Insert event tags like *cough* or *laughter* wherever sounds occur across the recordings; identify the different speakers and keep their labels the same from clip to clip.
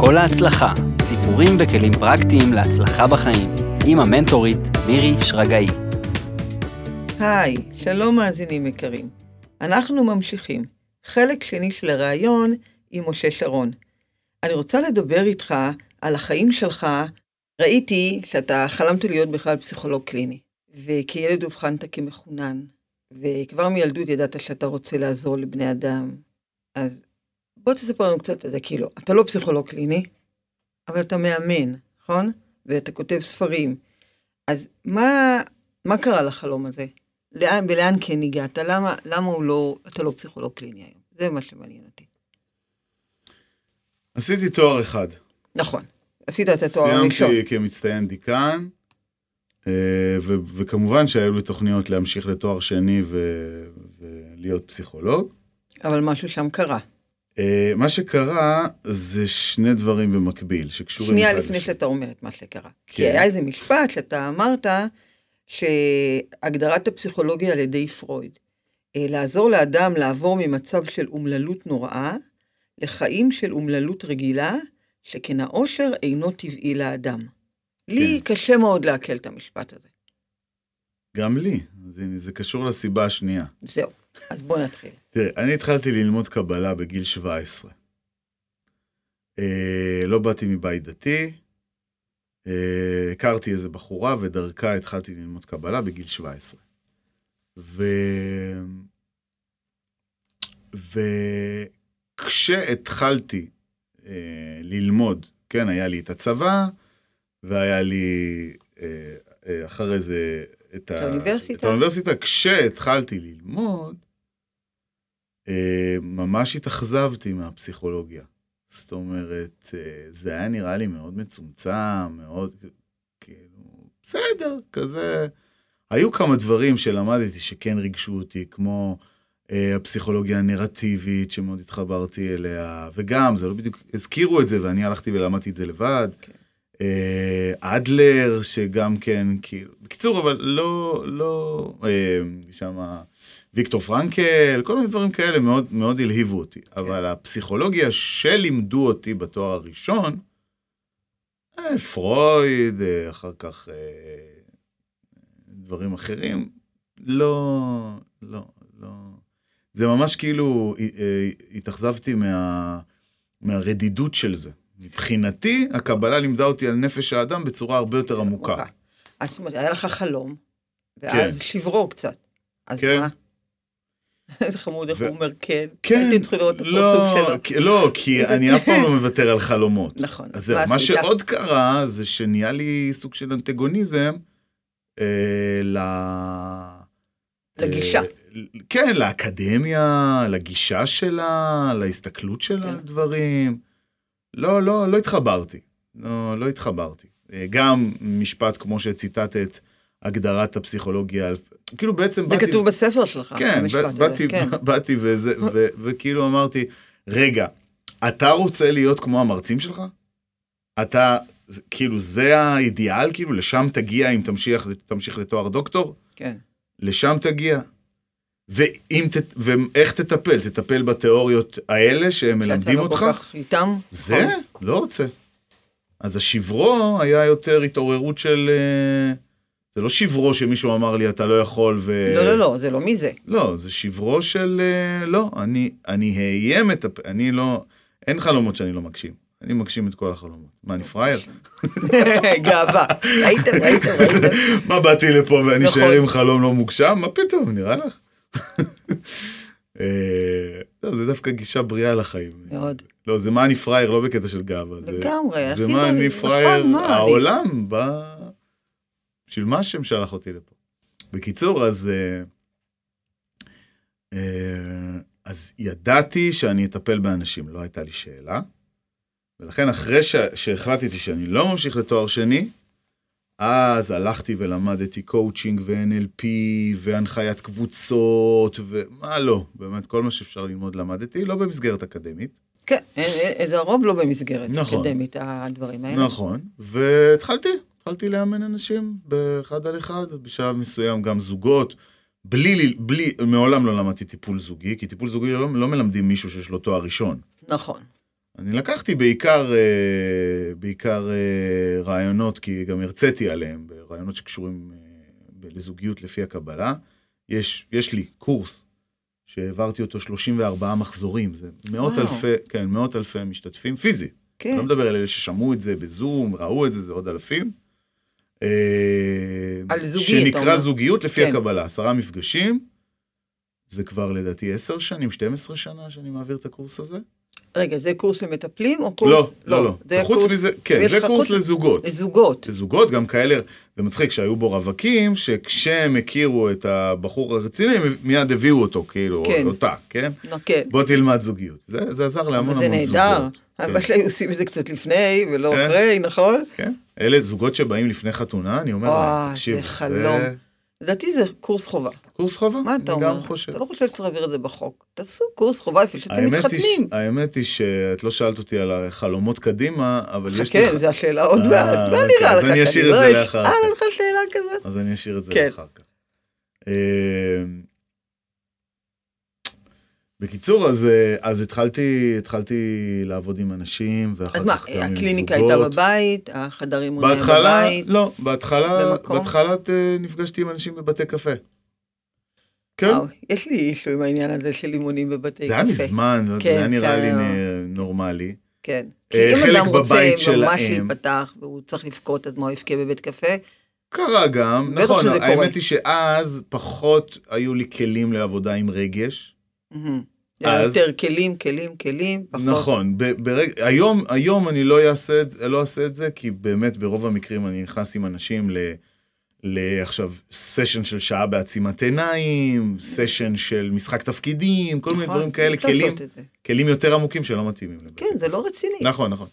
Speaker 1: כל ההצלחה, סיפורים וכלים פרקטיים להצלחה בחיים, עם המנטורית מירי שרגאי.
Speaker 2: היי, שלום מאזינים יקרים. אנחנו ממשיכים. חלק שני של הראיון עם משה שרון. אני רוצה לדבר איתך על החיים שלך. ראיתי שאתה חלמת להיות בכלל פסיכולוג קליני, וכילד אובחנת כמחונן, וכבר מילדות ידעת שאתה רוצה לעזור לבני אדם. אז בוא תספר לנו קצת על זה, כאילו, אתה לא פסיכולוג קליני, אבל אתה מאמן, נכון? ואתה כותב ספרים. אז מה, מה קרה לחלום הזה? לאן, ולאן כן הגעת? למה, למה הוא לא, אתה לא פסיכולוג קליני היום? זה מה שמעניין אותי.
Speaker 3: עשיתי תואר אחד.
Speaker 2: נכון, עשית את התואר הראשון.
Speaker 3: סיימתי כמצטיין דיקן, אה, ו- וכמובן שהיו לי תוכניות להמשיך לתואר שני ו- ולהיות פסיכולוג.
Speaker 2: אבל משהו שם קרה.
Speaker 3: אה, מה שקרה זה שני דברים במקביל, שקשורים
Speaker 2: שנייה
Speaker 3: אחד
Speaker 2: לפני
Speaker 3: לשני.
Speaker 2: שאתה אומר את מה שקרה. כי
Speaker 3: כן.
Speaker 2: היה איזה משפט שאתה אמרת שהגדרת הפסיכולוגיה על ידי פרויד, אה, לעזור לאדם לעבור ממצב של אומללות נוראה לחיים של אומללות רגילה, שכן העושר אינו טבעי לאדם. לי
Speaker 3: כן.
Speaker 2: קשה מאוד לעכל את המשפט הזה.
Speaker 3: גם לי, אז הנה, זה קשור לסיבה השנייה.
Speaker 2: זהו, אז בוא נתחיל.
Speaker 3: תראה, אני התחלתי ללמוד קבלה בגיל 17. אה, לא באתי מבית דתי, אה, הכרתי איזה בחורה, ודרכה התחלתי ללמוד קבלה בגיל 17. ו... וכשהתחלתי אה, ללמוד, כן, היה לי את הצבא, והיה לי אה, אה, אחרי זה את, ה-
Speaker 2: האוניברסיטה.
Speaker 3: את האוניברסיטה. כשהתחלתי ללמוד, אה, ממש התאכזבתי מהפסיכולוגיה. זאת אומרת, אה, זה היה נראה לי מאוד מצומצם, מאוד כאילו, בסדר, כזה. היו כמה דברים שלמדתי שכן ריגשו אותי, כמו אה, הפסיכולוגיה הנרטיבית שמאוד התחברתי אליה, וגם, זה לא בדיוק, הזכירו את זה ואני הלכתי ולמדתי את זה לבד.
Speaker 2: כן.
Speaker 3: אה, אדלר, שגם כן, כאילו, בקיצור, אבל לא, לא, אה, שמה, ויקטור פרנקל, כל מיני דברים כאלה מאוד, מאוד הלהיבו אותי.
Speaker 2: כן.
Speaker 3: אבל הפסיכולוגיה שלימדו אותי בתואר הראשון, אה, פרויד, אה, אחר כך אה, דברים אחרים, לא, לא, לא. זה ממש כאילו, אה, התאכזבתי מה, מהרדידות של זה. מבחינתי, הקבלה לימדה אותי על נפש האדם בצורה הרבה יותר עמוקה.
Speaker 2: אוקיי. אז זאת אומרת, היה לך חלום, ואז
Speaker 3: כן.
Speaker 2: שברור קצת. אז
Speaker 3: כן.
Speaker 2: מה? *laughs* איזה חמוד, איך
Speaker 3: ו-
Speaker 2: הוא אומר כן.
Speaker 3: כן,
Speaker 2: הייתי צריכה לראות את
Speaker 3: לא,
Speaker 2: הפרצוף שלו.
Speaker 3: כי- לא, כי אני אף פעם לא מוותר על חלומות.
Speaker 2: נכון.
Speaker 3: כן. אז זהו, מה
Speaker 2: עשית?
Speaker 3: שעוד קרה זה שנהיה לי סוג של אנטגוניזם אה, ל...
Speaker 2: לגישה.
Speaker 3: אה, כן, לאקדמיה, לגישה שלה, להסתכלות שלה על
Speaker 2: כן.
Speaker 3: דברים. לא, לא, לא התחברתי. לא, לא התחברתי. אה, גם משפט כמו שציטטת, הגדרת הפסיכולוגיה, על- כאילו בעצם
Speaker 2: זה
Speaker 3: באתי...
Speaker 2: כתוב בספר שלך,
Speaker 3: כן,
Speaker 2: המשפט
Speaker 3: ב-
Speaker 2: הזה,
Speaker 3: באתי, *laughs*
Speaker 2: כן.
Speaker 3: באתי וזה, ו- וכאילו אמרתי, רגע, אתה רוצה להיות כמו המרצים שלך? אתה, זה- כאילו, זה האידיאל? כאילו, לשם תגיע אם תמשיך, תמשיך לתואר דוקטור?
Speaker 2: כן.
Speaker 3: לשם תגיע. ואם ת, ואיך תטפל? תטפל בתיאוריות האלה שהם מלמדים אותך?
Speaker 2: שאתה לא כל כך איתם. נכון.
Speaker 3: זה? לא רוצה. אז השברו היה יותר התעוררות של... אה, זה לא שברו שמישהו אמר לי, אתה לא יכול ו...
Speaker 2: לא, לא, לא, זה לא
Speaker 3: *laughs*
Speaker 2: מי זה.
Speaker 3: לא, זה שברו של... אה, לא, אני, אני אהיה מטפל, אני לא... אין חלומות שאני לא מגשים. אני מגשים את כל החלומות. מה, אני פראייר?
Speaker 2: נכון. גאווה. ראיתם, ראיתם, ראיתם.
Speaker 3: *laughs* מה, באתי לפה ואני
Speaker 2: נכון.
Speaker 3: אשאר עם חלום לא מוגשם? מה פתאום, נראה לך? *laughs* אה, לא, זה דווקא גישה בריאה לחיים.
Speaker 2: מאוד.
Speaker 3: לא, זה מה אני פראייר, לא בקטע של גאווה. זה-
Speaker 2: לגמרי,
Speaker 3: זה
Speaker 2: הכי
Speaker 3: מה
Speaker 2: בריא.
Speaker 3: אני
Speaker 2: נכון,
Speaker 3: פראייר,
Speaker 2: מה אני?
Speaker 3: העולם בא... בשביל מה השם שלח אותי לפה? בקיצור, אז... אה, אה, אז ידעתי שאני אטפל באנשים, לא הייתה לי שאלה. ולכן אחרי ש... שהחלטתי שאני לא ממשיך לתואר שני, אז הלכתי ולמדתי קואוצ'ינג ו-NLP והנחיית קבוצות ומה לא, באמת כל מה שאפשר ללמוד למדתי, לא במסגרת אקדמית.
Speaker 2: כן, אין- אין- אין- זה הרוב לא במסגרת
Speaker 3: נכון.
Speaker 2: אקדמית, הדברים האלה.
Speaker 3: נכון, והתחלתי, התחלתי לאמן אנשים באחד על אחד, בשלב מסוים גם זוגות, בלי, ל- בלי, מעולם לא למדתי טיפול זוגי, כי טיפול זוגי לא, לא מלמדים מישהו שיש לו תואר ראשון.
Speaker 2: נכון.
Speaker 3: אני לקחתי בעיקר, אה, בעיקר אה, רעיונות, כי גם הרציתי עליהם, רעיונות שקשורים אה, ב- לזוגיות לפי הקבלה. יש, יש לי קורס שהעברתי אותו 34 מחזורים, זה מאות
Speaker 2: וואו.
Speaker 3: אלפי, כן, מאות אלפי משתתפים, פיזית.
Speaker 2: כן.
Speaker 3: אני לא מדבר על אלה ששמעו את זה בזום, ראו את זה, זה עוד אלפים. אה,
Speaker 2: על זוגי, אתה
Speaker 3: שנקרא
Speaker 2: אומר.
Speaker 3: זוגיות לפי
Speaker 2: כן.
Speaker 3: הקבלה, עשרה מפגשים. זה כבר לדעתי עשר שנים, 12 שנה שאני מעביר את הקורס הזה.
Speaker 2: רגע, זה קורס למטפלים או קורס...
Speaker 3: לא, לא, לא.
Speaker 2: זה
Speaker 3: חוץ
Speaker 2: קורס
Speaker 3: מזה, כן,
Speaker 2: ויש
Speaker 3: זה
Speaker 2: לך
Speaker 3: קורס
Speaker 2: קורס-
Speaker 3: לזוגות.
Speaker 2: לזוגות.
Speaker 3: לזוגות, גם כאלה, זה מצחיק, שהיו בו רווקים, שכשהם הכירו את הבחור הרציני, הם מיד הביאו אותו, כאילו,
Speaker 2: כן.
Speaker 3: או אותה, כן?
Speaker 2: נו, כן.
Speaker 3: בוא תלמד זוגיות. זה, זה עזר להמון
Speaker 2: זה
Speaker 3: המון זוגות.
Speaker 2: נהדר.
Speaker 3: כן.
Speaker 2: אבל שהיו עושים את זה קצת לפני ולא
Speaker 3: כן.
Speaker 2: אחרי, נכון?
Speaker 3: כן. אלה זוגות שבאים לפני חתונה, אני אומר
Speaker 2: וואי,
Speaker 3: להם, תקשיב,
Speaker 2: זה חלום. לדעתי זה קורס חובה.
Speaker 3: קורס חובה,
Speaker 2: מה אתה
Speaker 3: אני
Speaker 2: אומר?
Speaker 3: גם חושב.
Speaker 2: אתה לא חושב שצריך להעביר את זה בחוק. תעשו קורס חובה איפה שאתם
Speaker 3: האמת היא ש-
Speaker 2: מתחתנים.
Speaker 3: האמת היא שאת לא שאלת אותי על החלומות קדימה, אבל יש לי...
Speaker 2: חכה,
Speaker 3: ח-
Speaker 2: זו אה, כן, השאלה עוד
Speaker 3: אה,
Speaker 2: מעט. מה
Speaker 3: אוקיי,
Speaker 2: נראה
Speaker 3: אז
Speaker 2: לך
Speaker 3: אני
Speaker 2: שאני
Speaker 3: אשאיר את
Speaker 2: לא
Speaker 3: זה לאחר
Speaker 2: אשאל
Speaker 3: כך.
Speaker 2: לך שאלה כזאת?
Speaker 3: אז אני אשאיר את זה
Speaker 2: כן.
Speaker 3: כן. אחר כך. אה, בקיצור, אז, אה, אז התחלתי, התחלתי לעבוד עם אנשים, ואחר
Speaker 2: אז
Speaker 3: כך
Speaker 2: מה,
Speaker 3: גם עם
Speaker 2: הקליניקה
Speaker 3: זוגות.
Speaker 2: הייתה בבית, החדר אימון היה
Speaker 3: בהתחלה,
Speaker 2: בבית.
Speaker 3: לא, בהתחלה,
Speaker 2: במקום?
Speaker 3: בהתחלה אה, נפגשתי עם אנשים בבתי קפה. כן,
Speaker 2: וואו, יש לי אישו עם העניין הזה של אימונים בבתי
Speaker 3: זה היה
Speaker 2: קפה.
Speaker 3: מזמן, זה
Speaker 2: אה, כן,
Speaker 3: היה נראה
Speaker 2: זה
Speaker 3: לי
Speaker 2: היה-
Speaker 3: נ- נורמלי.
Speaker 2: כן. כי
Speaker 3: אה,
Speaker 2: אם
Speaker 3: חלק
Speaker 2: אדם רוצה
Speaker 3: בבית
Speaker 2: ממש
Speaker 3: שלהם.
Speaker 2: להיפתח, והוא צריך לבכות, אז מה הוא יבכה בבית קפה?
Speaker 3: קרה גם,
Speaker 2: בטח
Speaker 3: נכון,
Speaker 2: שזה קורה.
Speaker 3: האמת היא שאז פחות היו לי כלים לעבודה עם רגש.
Speaker 2: מהמם.
Speaker 3: אז-
Speaker 2: יותר כלים, כלים, כלים, פחות.
Speaker 3: נכון, ב- ברג... היום, היום אני לא אעשה, את... לא אעשה את זה, כי באמת ברוב המקרים אני נכנס עם אנשים ל... לעכשיו סשן של שעה בעצימת עיניים, סשן של משחק תפקידים, כל מיני
Speaker 2: נכון?
Speaker 3: דברים כאלה,
Speaker 2: צריך לעשות
Speaker 3: כלים,
Speaker 2: את זה.
Speaker 3: כלים יותר עמוקים שלא מתאימים לבית.
Speaker 2: כן, זה לא רציני.
Speaker 3: נכון, נכון.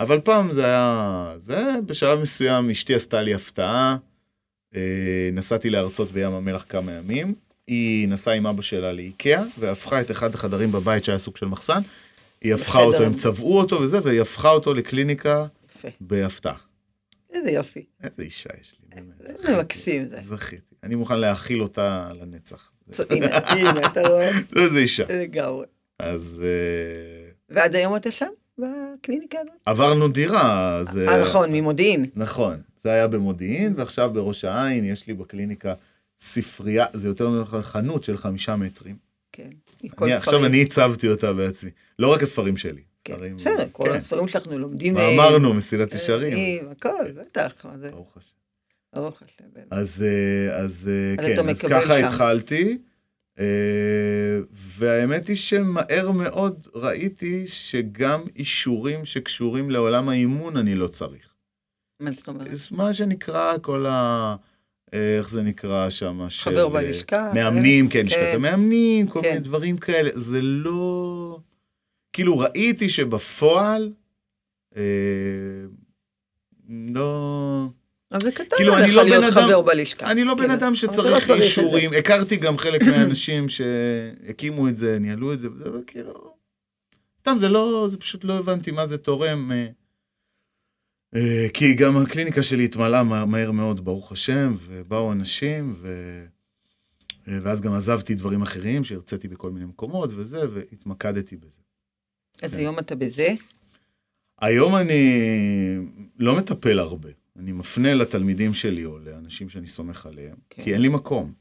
Speaker 3: אבל פעם זה היה... זה בשלב מסוים אשתי עשתה לי הפתעה. אה, נסעתי להרצות בים המלח כמה ימים. היא נסעה עם אבא שלה לאיקאה, והפכה את אחד החדרים בבית שהיה סוג של מחסן. היא הפכה
Speaker 2: לחדר.
Speaker 3: אותו, הם צבעו אותו וזה, והיא הפכה אותו לקליניקה
Speaker 2: יפה.
Speaker 3: בהפתעה.
Speaker 2: איזה יופי.
Speaker 3: איזה אישה יש לי, באמת.
Speaker 2: זה
Speaker 3: זכיתי,
Speaker 2: מקסים זה.
Speaker 3: זכיתי. אני מוכן להאכיל אותה לנצח.
Speaker 2: צו- הנה, הנה, אתה רואה?
Speaker 3: איזה אישה.
Speaker 2: לגמרי.
Speaker 3: אז אה,
Speaker 2: ועד היום אתה שם? בקליניקה הזאת?
Speaker 3: עברנו דירה, אז...
Speaker 2: אה,
Speaker 3: אה,
Speaker 2: נכון, ממודיעין.
Speaker 3: נכון, זה היה במודיעין, ועכשיו בראש העין יש לי בקליניקה ספרייה, זה יותר נכון חנות של חמישה מטרים.
Speaker 2: כן. מכל
Speaker 3: אני, עכשיו
Speaker 2: ספרים.
Speaker 3: אני הצבתי אותה בעצמי, לא רק הספרים שלי.
Speaker 2: כן,
Speaker 3: ספרים-
Speaker 2: בסדר, כל
Speaker 3: כן.
Speaker 2: הספרים שאנחנו לומדים. אה,
Speaker 3: ואמרנו, מסילת
Speaker 2: אה,
Speaker 3: ישרים.
Speaker 2: אה, הכל, בטח. מה זה?
Speaker 3: ברוך השם.
Speaker 2: ברוך השם. באמת.
Speaker 3: אז, אה, אז אה,
Speaker 2: אז
Speaker 3: כן,
Speaker 2: אתה
Speaker 3: אז
Speaker 2: מקבל
Speaker 3: ככה
Speaker 2: שם.
Speaker 3: התחלתי, אה, והאמת היא שמהר מאוד ראיתי שגם אישורים שקשורים לעולם האימון אני לא צריך.
Speaker 2: מה זאת אומרת?
Speaker 3: מה שנקרא כל ה... אה, איך זה נקרא שם? של- אה,
Speaker 2: חבר בלשכה,
Speaker 3: מאמנים, כן, לשכת
Speaker 2: כן.
Speaker 3: המאמנים, כל
Speaker 2: כן.
Speaker 3: מיני דברים כאלה. זה לא... כאילו, ראיתי שבפועל, אה, לא...
Speaker 2: אז זה קטן
Speaker 3: כאילו, אני
Speaker 2: עליך
Speaker 3: לא
Speaker 2: להיות
Speaker 3: בן אדם-
Speaker 2: חבר בלשכה.
Speaker 3: אני לא בן
Speaker 2: כן,
Speaker 3: אדם
Speaker 2: אבל אתה
Speaker 3: שצריך
Speaker 2: לא צריך את זה.
Speaker 3: אישורים. הכרתי גם חלק מהאנשים שהקימו את זה, ניהלו את זה, וזה, וכאילו... סתם, זה לא... זה פשוט לא הבנתי מה זה תורם. אה, אה, כי גם הקליניקה שלי התמלאה מה- מהר מאוד, ברוך השם, ובאו אנשים, ו... אה, ואז גם עזבתי דברים אחרים שהרציתי בכל מיני מקומות וזה, והתמקדתי בזה.
Speaker 2: אז היום אתה בזה?
Speaker 3: היום אני לא מטפל הרבה. אני מפנה לתלמידים שלי או לאנשים שאני סומך עליהם,
Speaker 2: כן.
Speaker 3: כי אין לי מקום.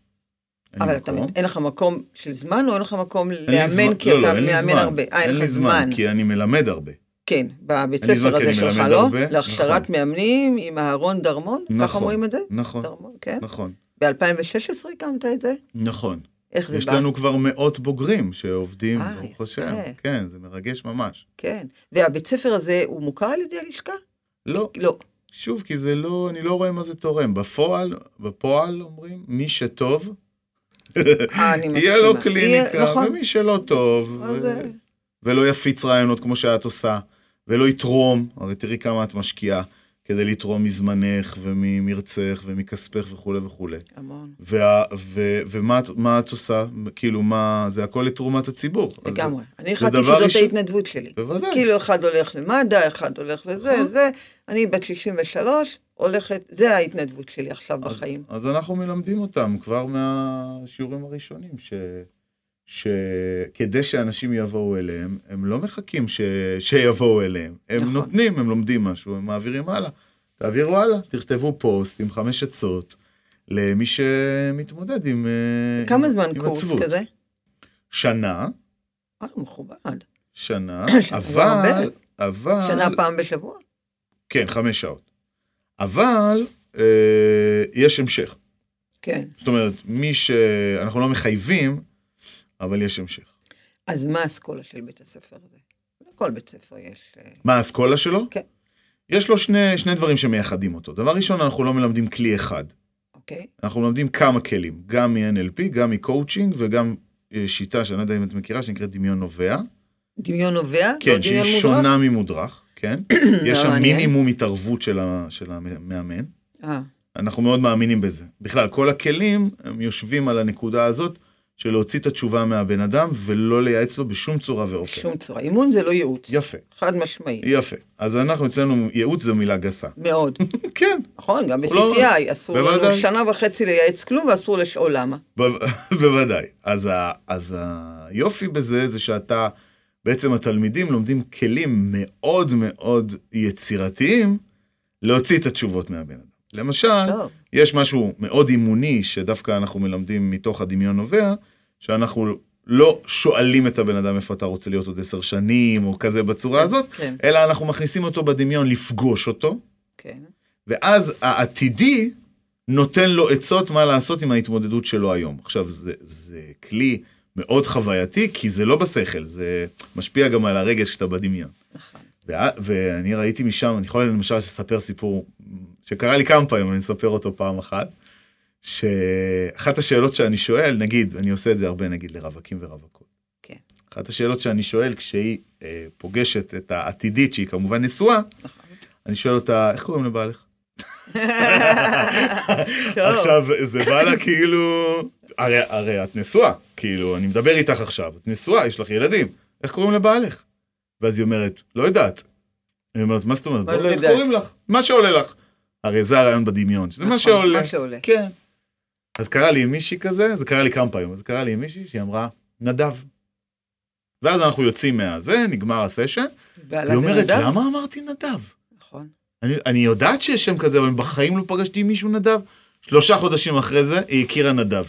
Speaker 3: אין לי
Speaker 2: אבל אתה,
Speaker 3: מקום.
Speaker 2: אין לך מקום של זמן, או אין לך מקום
Speaker 3: אין לי זמן-
Speaker 2: לאמן, כי
Speaker 3: לא, לא,
Speaker 2: אתה
Speaker 3: אין לי
Speaker 2: מאמן
Speaker 3: זמן.
Speaker 2: הרבה. אה, אין לך זמן.
Speaker 3: כי אני מלמד הרבה.
Speaker 2: כן, בבית
Speaker 3: אין לי
Speaker 2: ספר
Speaker 3: זמן,
Speaker 2: הזה
Speaker 3: כי אני
Speaker 2: שלך,
Speaker 3: מלמד
Speaker 2: לא?
Speaker 3: הרבה,
Speaker 2: להכשרת
Speaker 3: נכון.
Speaker 2: מאמנים עם אהרון דרמון? ככה
Speaker 3: נכון,
Speaker 2: אומרים את זה?
Speaker 3: נכון,
Speaker 2: דרמון, כן.
Speaker 3: נכון,
Speaker 2: ב-2016 הקמת את זה?
Speaker 3: נכון.
Speaker 2: איך זה
Speaker 3: יש
Speaker 2: בא?
Speaker 3: לנו כבר מאות בוגרים שעובדים,
Speaker 2: אה,
Speaker 3: ברוך
Speaker 2: יפה.
Speaker 3: השם. כן, זה מרגש ממש.
Speaker 2: כן. והבית ספר הזה, הוא מוכר על ידי הלשכה?
Speaker 3: לא, *laughs*
Speaker 2: לא.
Speaker 3: שוב, כי זה לא, אני לא רואה מה זה תורם. בפועל, בפועל אומרים, מי שטוב,
Speaker 2: אה, אני מסכימה.
Speaker 3: יהיה לו
Speaker 2: יהיה-
Speaker 3: קליניקה,
Speaker 2: נכון. אה,
Speaker 3: ומי שלא טוב,
Speaker 2: אבל
Speaker 3: ו-
Speaker 2: זה-
Speaker 3: ולא יפיץ רעיונות כמו שאת עושה, ולא יתרום, הרי תראי כמה את משקיעה כדי לתרום מזמנך וממרצך ומכספך וכולי וכולי.
Speaker 2: המון.
Speaker 3: וה, ו, ומה את- מה את עושה? כאילו, מה, זה הכל לתרומת הציבור. אז
Speaker 2: לגמרי. אני החלטתי
Speaker 3: דבר
Speaker 2: שזאת
Speaker 3: ראשון-
Speaker 2: ההתנדבות שלי.
Speaker 3: זה- בוודאי.
Speaker 2: כאילו אחד הולך למד"א, אחד הולך לזה,
Speaker 3: נכון.
Speaker 2: זה. אני בת 63, הולכת, זה ההתנדבות שלי עכשיו בחיים.
Speaker 3: אז, אז אנחנו מלמדים אותם כבר מהשיעורים הראשונים, ש, שכדי שאנשים יבואו אליהם, הם לא מחכים ש... שיבואו אליהם. הם
Speaker 2: נכון.
Speaker 3: נכון. נותנים, הם לומדים משהו, הם מעבירים הלאה. תעבירו הלאה, תכתבו פוסט עם חמש עצות למי שמתמודד עם אה,
Speaker 2: כמה
Speaker 3: עם-
Speaker 2: זמן
Speaker 3: עם
Speaker 2: קורס
Speaker 3: עצבות.
Speaker 2: כזה?
Speaker 3: שנה,
Speaker 2: אה, מכובד. *coughs*
Speaker 3: שנה,
Speaker 2: שזה לא הרבה.
Speaker 3: אבל, אבל...
Speaker 2: שנה פעם בשבוע?
Speaker 3: כן, חמש שעות. אבל אה, יש המשך.
Speaker 2: כן.
Speaker 3: זאת אומרת, מי ש... אנחנו לא מחייבים, אבל יש המשך.
Speaker 2: אז מה האסכולה של בית הספר הזה? לכל בית ספר יש... אה,
Speaker 3: מה האסכולה שלו?
Speaker 2: כן.
Speaker 3: יש לו שני, שני דברים שמייחדים אותו. דבר ראשון, אנחנו לא מלמדים כלי אחד.
Speaker 2: אוקיי?
Speaker 3: אנחנו מלמדים כמה כלים, גם מ-NLP, גם מקואוצ'ינג וגם אה, שיטה שאני לא יודע אם את מכירה, שנקראת דמיון נובע.
Speaker 2: דמיון נובע? לא
Speaker 3: כן,
Speaker 2: דמיון מודרך? *coughs* לא,
Speaker 3: שהיא שונה ממודרך,
Speaker 2: *clears throat*
Speaker 3: כן? יש שם
Speaker 2: מעניין.
Speaker 3: מינימום התערבות של, ה, של המאמן.
Speaker 2: אה,
Speaker 3: אנחנו מאוד מאמינים בזה. בכלל, כל הכלים, הם יושבים על הנקודה הזאת של להוציא את התשובה מהבן אדם ולא לייעץ לו בשום צורה ואופן.
Speaker 2: שום צורה. אימון זה לא ייעוץ.
Speaker 3: אוקיי. יפה,
Speaker 2: חד משמעי.
Speaker 3: יפה. אז אנחנו אצלנו, ייעוץ זו מילה גסה.
Speaker 2: מאוד.
Speaker 3: כן,
Speaker 2: נכון, גם
Speaker 3: *laughs* לא-
Speaker 2: ב-CTI אסור לנו
Speaker 3: בוודאי.
Speaker 2: שנה וחצי לייעץ כלום ואסור לשאול למה.
Speaker 3: ב- *laughs* בוודאי. אז, ה, אז היופי בזה זה שאתה, בעצם התלמידים לומדים כלים מאוד מאוד יצירתיים להוציא את התשובות מהבן אדם. למשל,
Speaker 2: טוב,
Speaker 3: יש משהו מאוד אימוני שדווקא אנחנו מלמדים מתוך הדמיון נובע, שאנחנו לא שואלים את הבן אדם איפה אתה רוצה להיות עוד עשר שנים, או כזה בצורה הזאת,
Speaker 2: כן,
Speaker 3: אלא אנחנו מכניסים אותו בדמיון לפגוש אותו,
Speaker 2: כן.
Speaker 3: ואז העתידי נותן לו עצות מה לעשות עם ההתמודדות שלו היום. עכשיו, זה, זה כלי מאוד חווייתי, כי זה לא בשכל, זה משפיע גם על הרגש כשאתה בדמיון. וה- ואני ראיתי משם, אני יכול למשל לספר סיפור שקרה לי כמה פעמים, אני אספר אותו פעם אחת, שאחת השאלות שאני שואל, נגיד, אני עושה את זה הרבה, נגיד, לרווקים ורווקות.
Speaker 2: כן.
Speaker 3: אחת השאלות שאני שואל כשהיא אה, פוגשת את העתידית, שהיא כמובן נשואה, אני שואל אותה, איך קוראים לבעלך? עכשיו, זה בא לה כאילו, הרי, הרי את נשואה, כאילו, אני מדבר איתך עכשיו, את נשואה, יש לך ילדים, איך קוראים לבעלך? ואז היא אומרת, לא יודעת. אני אומרת, מה זאת אומרת?
Speaker 2: מה לא
Speaker 3: איך
Speaker 2: יודעת?"
Speaker 3: קוראים לך? מה שעולה לך. הרי זה הרעיון בדמיון, שזה
Speaker 2: נכון,
Speaker 3: מה שעולה.
Speaker 2: מה שעולה.
Speaker 3: כן. אז קרה לי עם מישהי כזה, זה קרה לי כמה פעמים, אז קרה לי עם מישהי שהיא אמרה, נדב. ואז אנחנו יוצאים מהזה, נגמר הסשן,
Speaker 2: בעלה
Speaker 3: היא
Speaker 2: זה
Speaker 3: אומרת,
Speaker 2: נדב?
Speaker 3: למה אמרתי נדב?
Speaker 2: נכון.
Speaker 3: אני, אני יודעת שיש שם כזה, אבל בחיים לא פגשתי עם מישהו נדב. שלושה חודשים אחרי זה, היא הכירה נדב.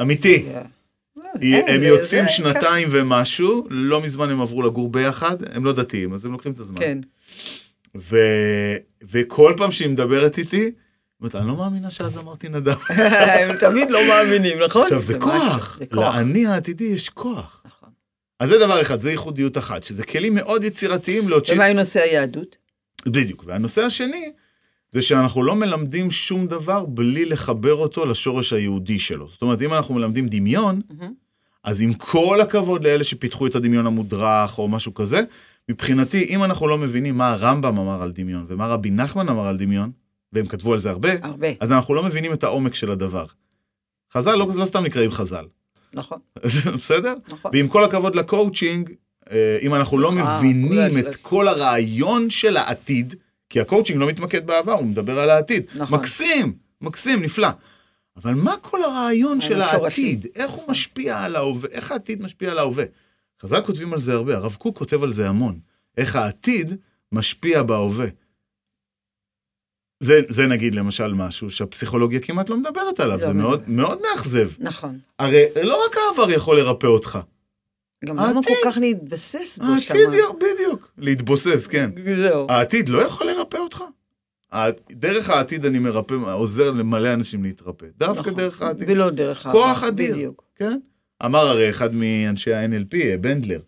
Speaker 3: אמיתי.
Speaker 2: אה,
Speaker 3: היא,
Speaker 2: אה,
Speaker 3: הם
Speaker 2: זה-
Speaker 3: יוצאים
Speaker 2: זה-
Speaker 3: שנתיים ומשהו, לא מזמן הם עברו לגור ביחד, הם לא דתיים, אז הם לוקחים את הזמן.
Speaker 2: כן. *laughs*
Speaker 3: ו... וכל פעם שהיא מדברת איתי, היא אומרת, אני לא מאמינה שאז אמרתי נדב.
Speaker 2: הם תמיד לא מאמינים, נכון?
Speaker 3: עכשיו, זה
Speaker 2: משהו,
Speaker 3: כוח.
Speaker 2: זה כוח.
Speaker 3: לאני העתידי יש כוח.
Speaker 2: נכון.
Speaker 3: אז זה דבר אחד, זה ייחודיות אחת, שזה כלים מאוד יצירתיים להוציא...
Speaker 2: ומה עם נושא היהדות?
Speaker 3: בדיוק. והנושא השני, זה שאנחנו לא מלמדים שום דבר בלי לחבר אותו לשורש היהודי שלו. זאת אומרת, אם אנחנו מלמדים דמיון,
Speaker 2: מהמם.
Speaker 3: אז עם כל הכבוד לאלה שפיתחו את הדמיון המודרך או משהו כזה, מבחינתי, אם אנחנו לא מבינים מה הרמב"ם אמר על דמיון ומה רבי נחמן אמר על דמיון, והם כתבו על זה הרבה,
Speaker 2: הרבה,
Speaker 3: אז אנחנו לא מבינים את העומק של הדבר. חז"ל לא, לא סתם נקראים חז"ל, *laughs*
Speaker 2: נכון,
Speaker 3: בסדר?
Speaker 2: נכון.
Speaker 3: ועם כל הכבוד לקואוצ'ינג, אה, אם אנחנו לא
Speaker 2: אה,
Speaker 3: מבינים
Speaker 2: אולי
Speaker 3: את
Speaker 2: של-
Speaker 3: כל הרעיון של העתיד, כי הקואוצ'ינג לא מתמקד בעבר, הוא מדבר על העתיד.
Speaker 2: נכון.
Speaker 3: מקסים, מקסים, נפלא. אבל מה כל הרעיון של
Speaker 2: השורשים.
Speaker 3: העתיד? איך
Speaker 2: נכון.
Speaker 3: הוא משפיע על ההווה? איך העתיד משפיע על ההווה? חז"ל כותבים על זה הרבה, הרב קוק כותב על זה המון. איך העתיד משפיע בהווה. זה, זה נגיד למשל משהו שהפסיכולוגיה כמעט לא מדברת עליו,
Speaker 2: לא
Speaker 3: זה מאוד,
Speaker 2: מדברת.
Speaker 3: מאוד מאכזב.
Speaker 2: נכון.
Speaker 3: הרי לא רק העבר יכול לרפא אותך,
Speaker 2: גם למה
Speaker 3: העתיד.
Speaker 2: כל כך להתבסס בו שם?
Speaker 3: העתיד, יו- בדיוק. לא להתבוסס, כן.
Speaker 2: זהו.
Speaker 3: העתיד לא יכול לרפא אותך. הע- דרך העתיד אני מרפא, עוזר למלא אנשים להתרפא. דווקא
Speaker 2: נכון.
Speaker 3: דרך העתיד,
Speaker 2: ולא דרך העבר.
Speaker 3: כוח אדיר.
Speaker 2: בדיוק.
Speaker 3: כן? אמר הרי אחד מאנשי ה-NLP, בנדלר,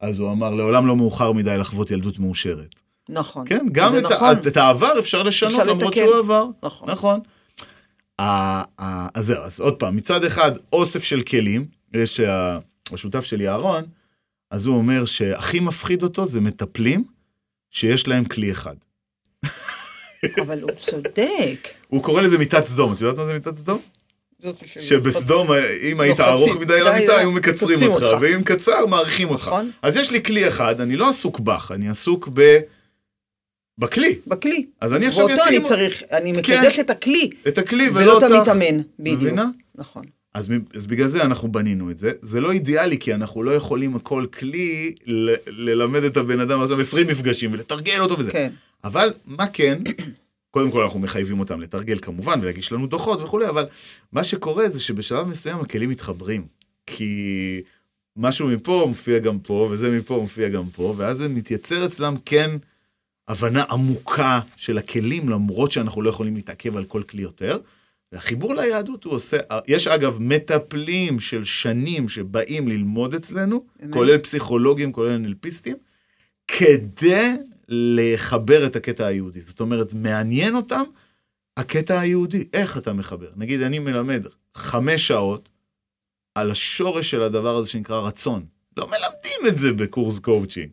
Speaker 3: אז הוא אמר, לעולם לא מאוחר מדי לחוות ילדות מאושרת.
Speaker 2: נכון.
Speaker 3: כן, גם
Speaker 2: זה
Speaker 3: את,
Speaker 2: נכון.
Speaker 3: נכון. את העבר אפשר לשנות,
Speaker 2: אפשר
Speaker 3: אפשר למרות
Speaker 2: לתקן.
Speaker 3: שהוא עבר.
Speaker 2: נכון.
Speaker 3: נכון. ה- ה- אז זהו, אז עוד פעם, מצד אחד, אוסף של כלים, יש ה- השותף שלי, אהרון, אז הוא אומר שהכי מפחיד אותו זה מטפלים שיש להם כלי אחד.
Speaker 2: אבל הוא צודק.
Speaker 3: הוא קורא לזה מיטת סדום, את יודעת מה זה מיטת סדום?
Speaker 2: זאת השאלה.
Speaker 3: שבסדום, אה, אם היית
Speaker 2: לוחצים.
Speaker 3: ארוך מדי
Speaker 2: די,
Speaker 3: למיטה,
Speaker 2: לא.
Speaker 3: היו מקצרים
Speaker 2: קוצים
Speaker 3: אותך,
Speaker 2: אותך.
Speaker 3: ואם קצר, מאריכים אותך.
Speaker 2: נכון.
Speaker 3: אז יש לי כלי אחד, אני לא עסוק בך, אני עסוק ב... בכלי.
Speaker 2: בכלי.
Speaker 3: אז אני עכשיו
Speaker 2: ואותו אני
Speaker 3: אתאים
Speaker 2: צריך, אני
Speaker 3: כן.
Speaker 2: מקדש את הכלי,
Speaker 3: את הכלי *laughs* ולא
Speaker 2: ולא
Speaker 3: אותך.
Speaker 2: את המתאמן. בדיוק.
Speaker 3: מבינה?
Speaker 2: נכון.
Speaker 3: אז, מב- אז בגלל זה אנחנו בנינו את זה. זה לא אידיאלי, כי אנחנו לא יכולים כל כלי ל- ללמד את הבן אדם עכשיו 20 מפגשים ולתרגל אותו וזה.
Speaker 2: כן.
Speaker 3: אבל מה כן, קודם כל אנחנו מחייבים אותם לתרגל כמובן ולהגיש לנו דוחות וכולי, אבל מה שקורה זה שבשלב מסוים הכלים מתחברים. כי משהו מפה מופיע גם פה, וזה מפה מופיע גם פה, ואז זה מתייצר אצלם כן הבנה עמוקה של הכלים, למרות שאנחנו לא יכולים להתעכב על כל כלי יותר. והחיבור ליהדות הוא עושה, יש אגב מטפלים של שנים שבאים ללמוד אצלנו,
Speaker 2: אמת.
Speaker 3: כולל פסיכולוגים, כולל נלפיסטים, כדי לחבר את הקטע היהודי. זאת אומרת, מעניין אותם הקטע היהודי, איך אתה מחבר. נגיד, אני מלמד חמש שעות על השורש של הדבר הזה שנקרא רצון. לא מלמדים את זה בקורס קואוצ'ינג,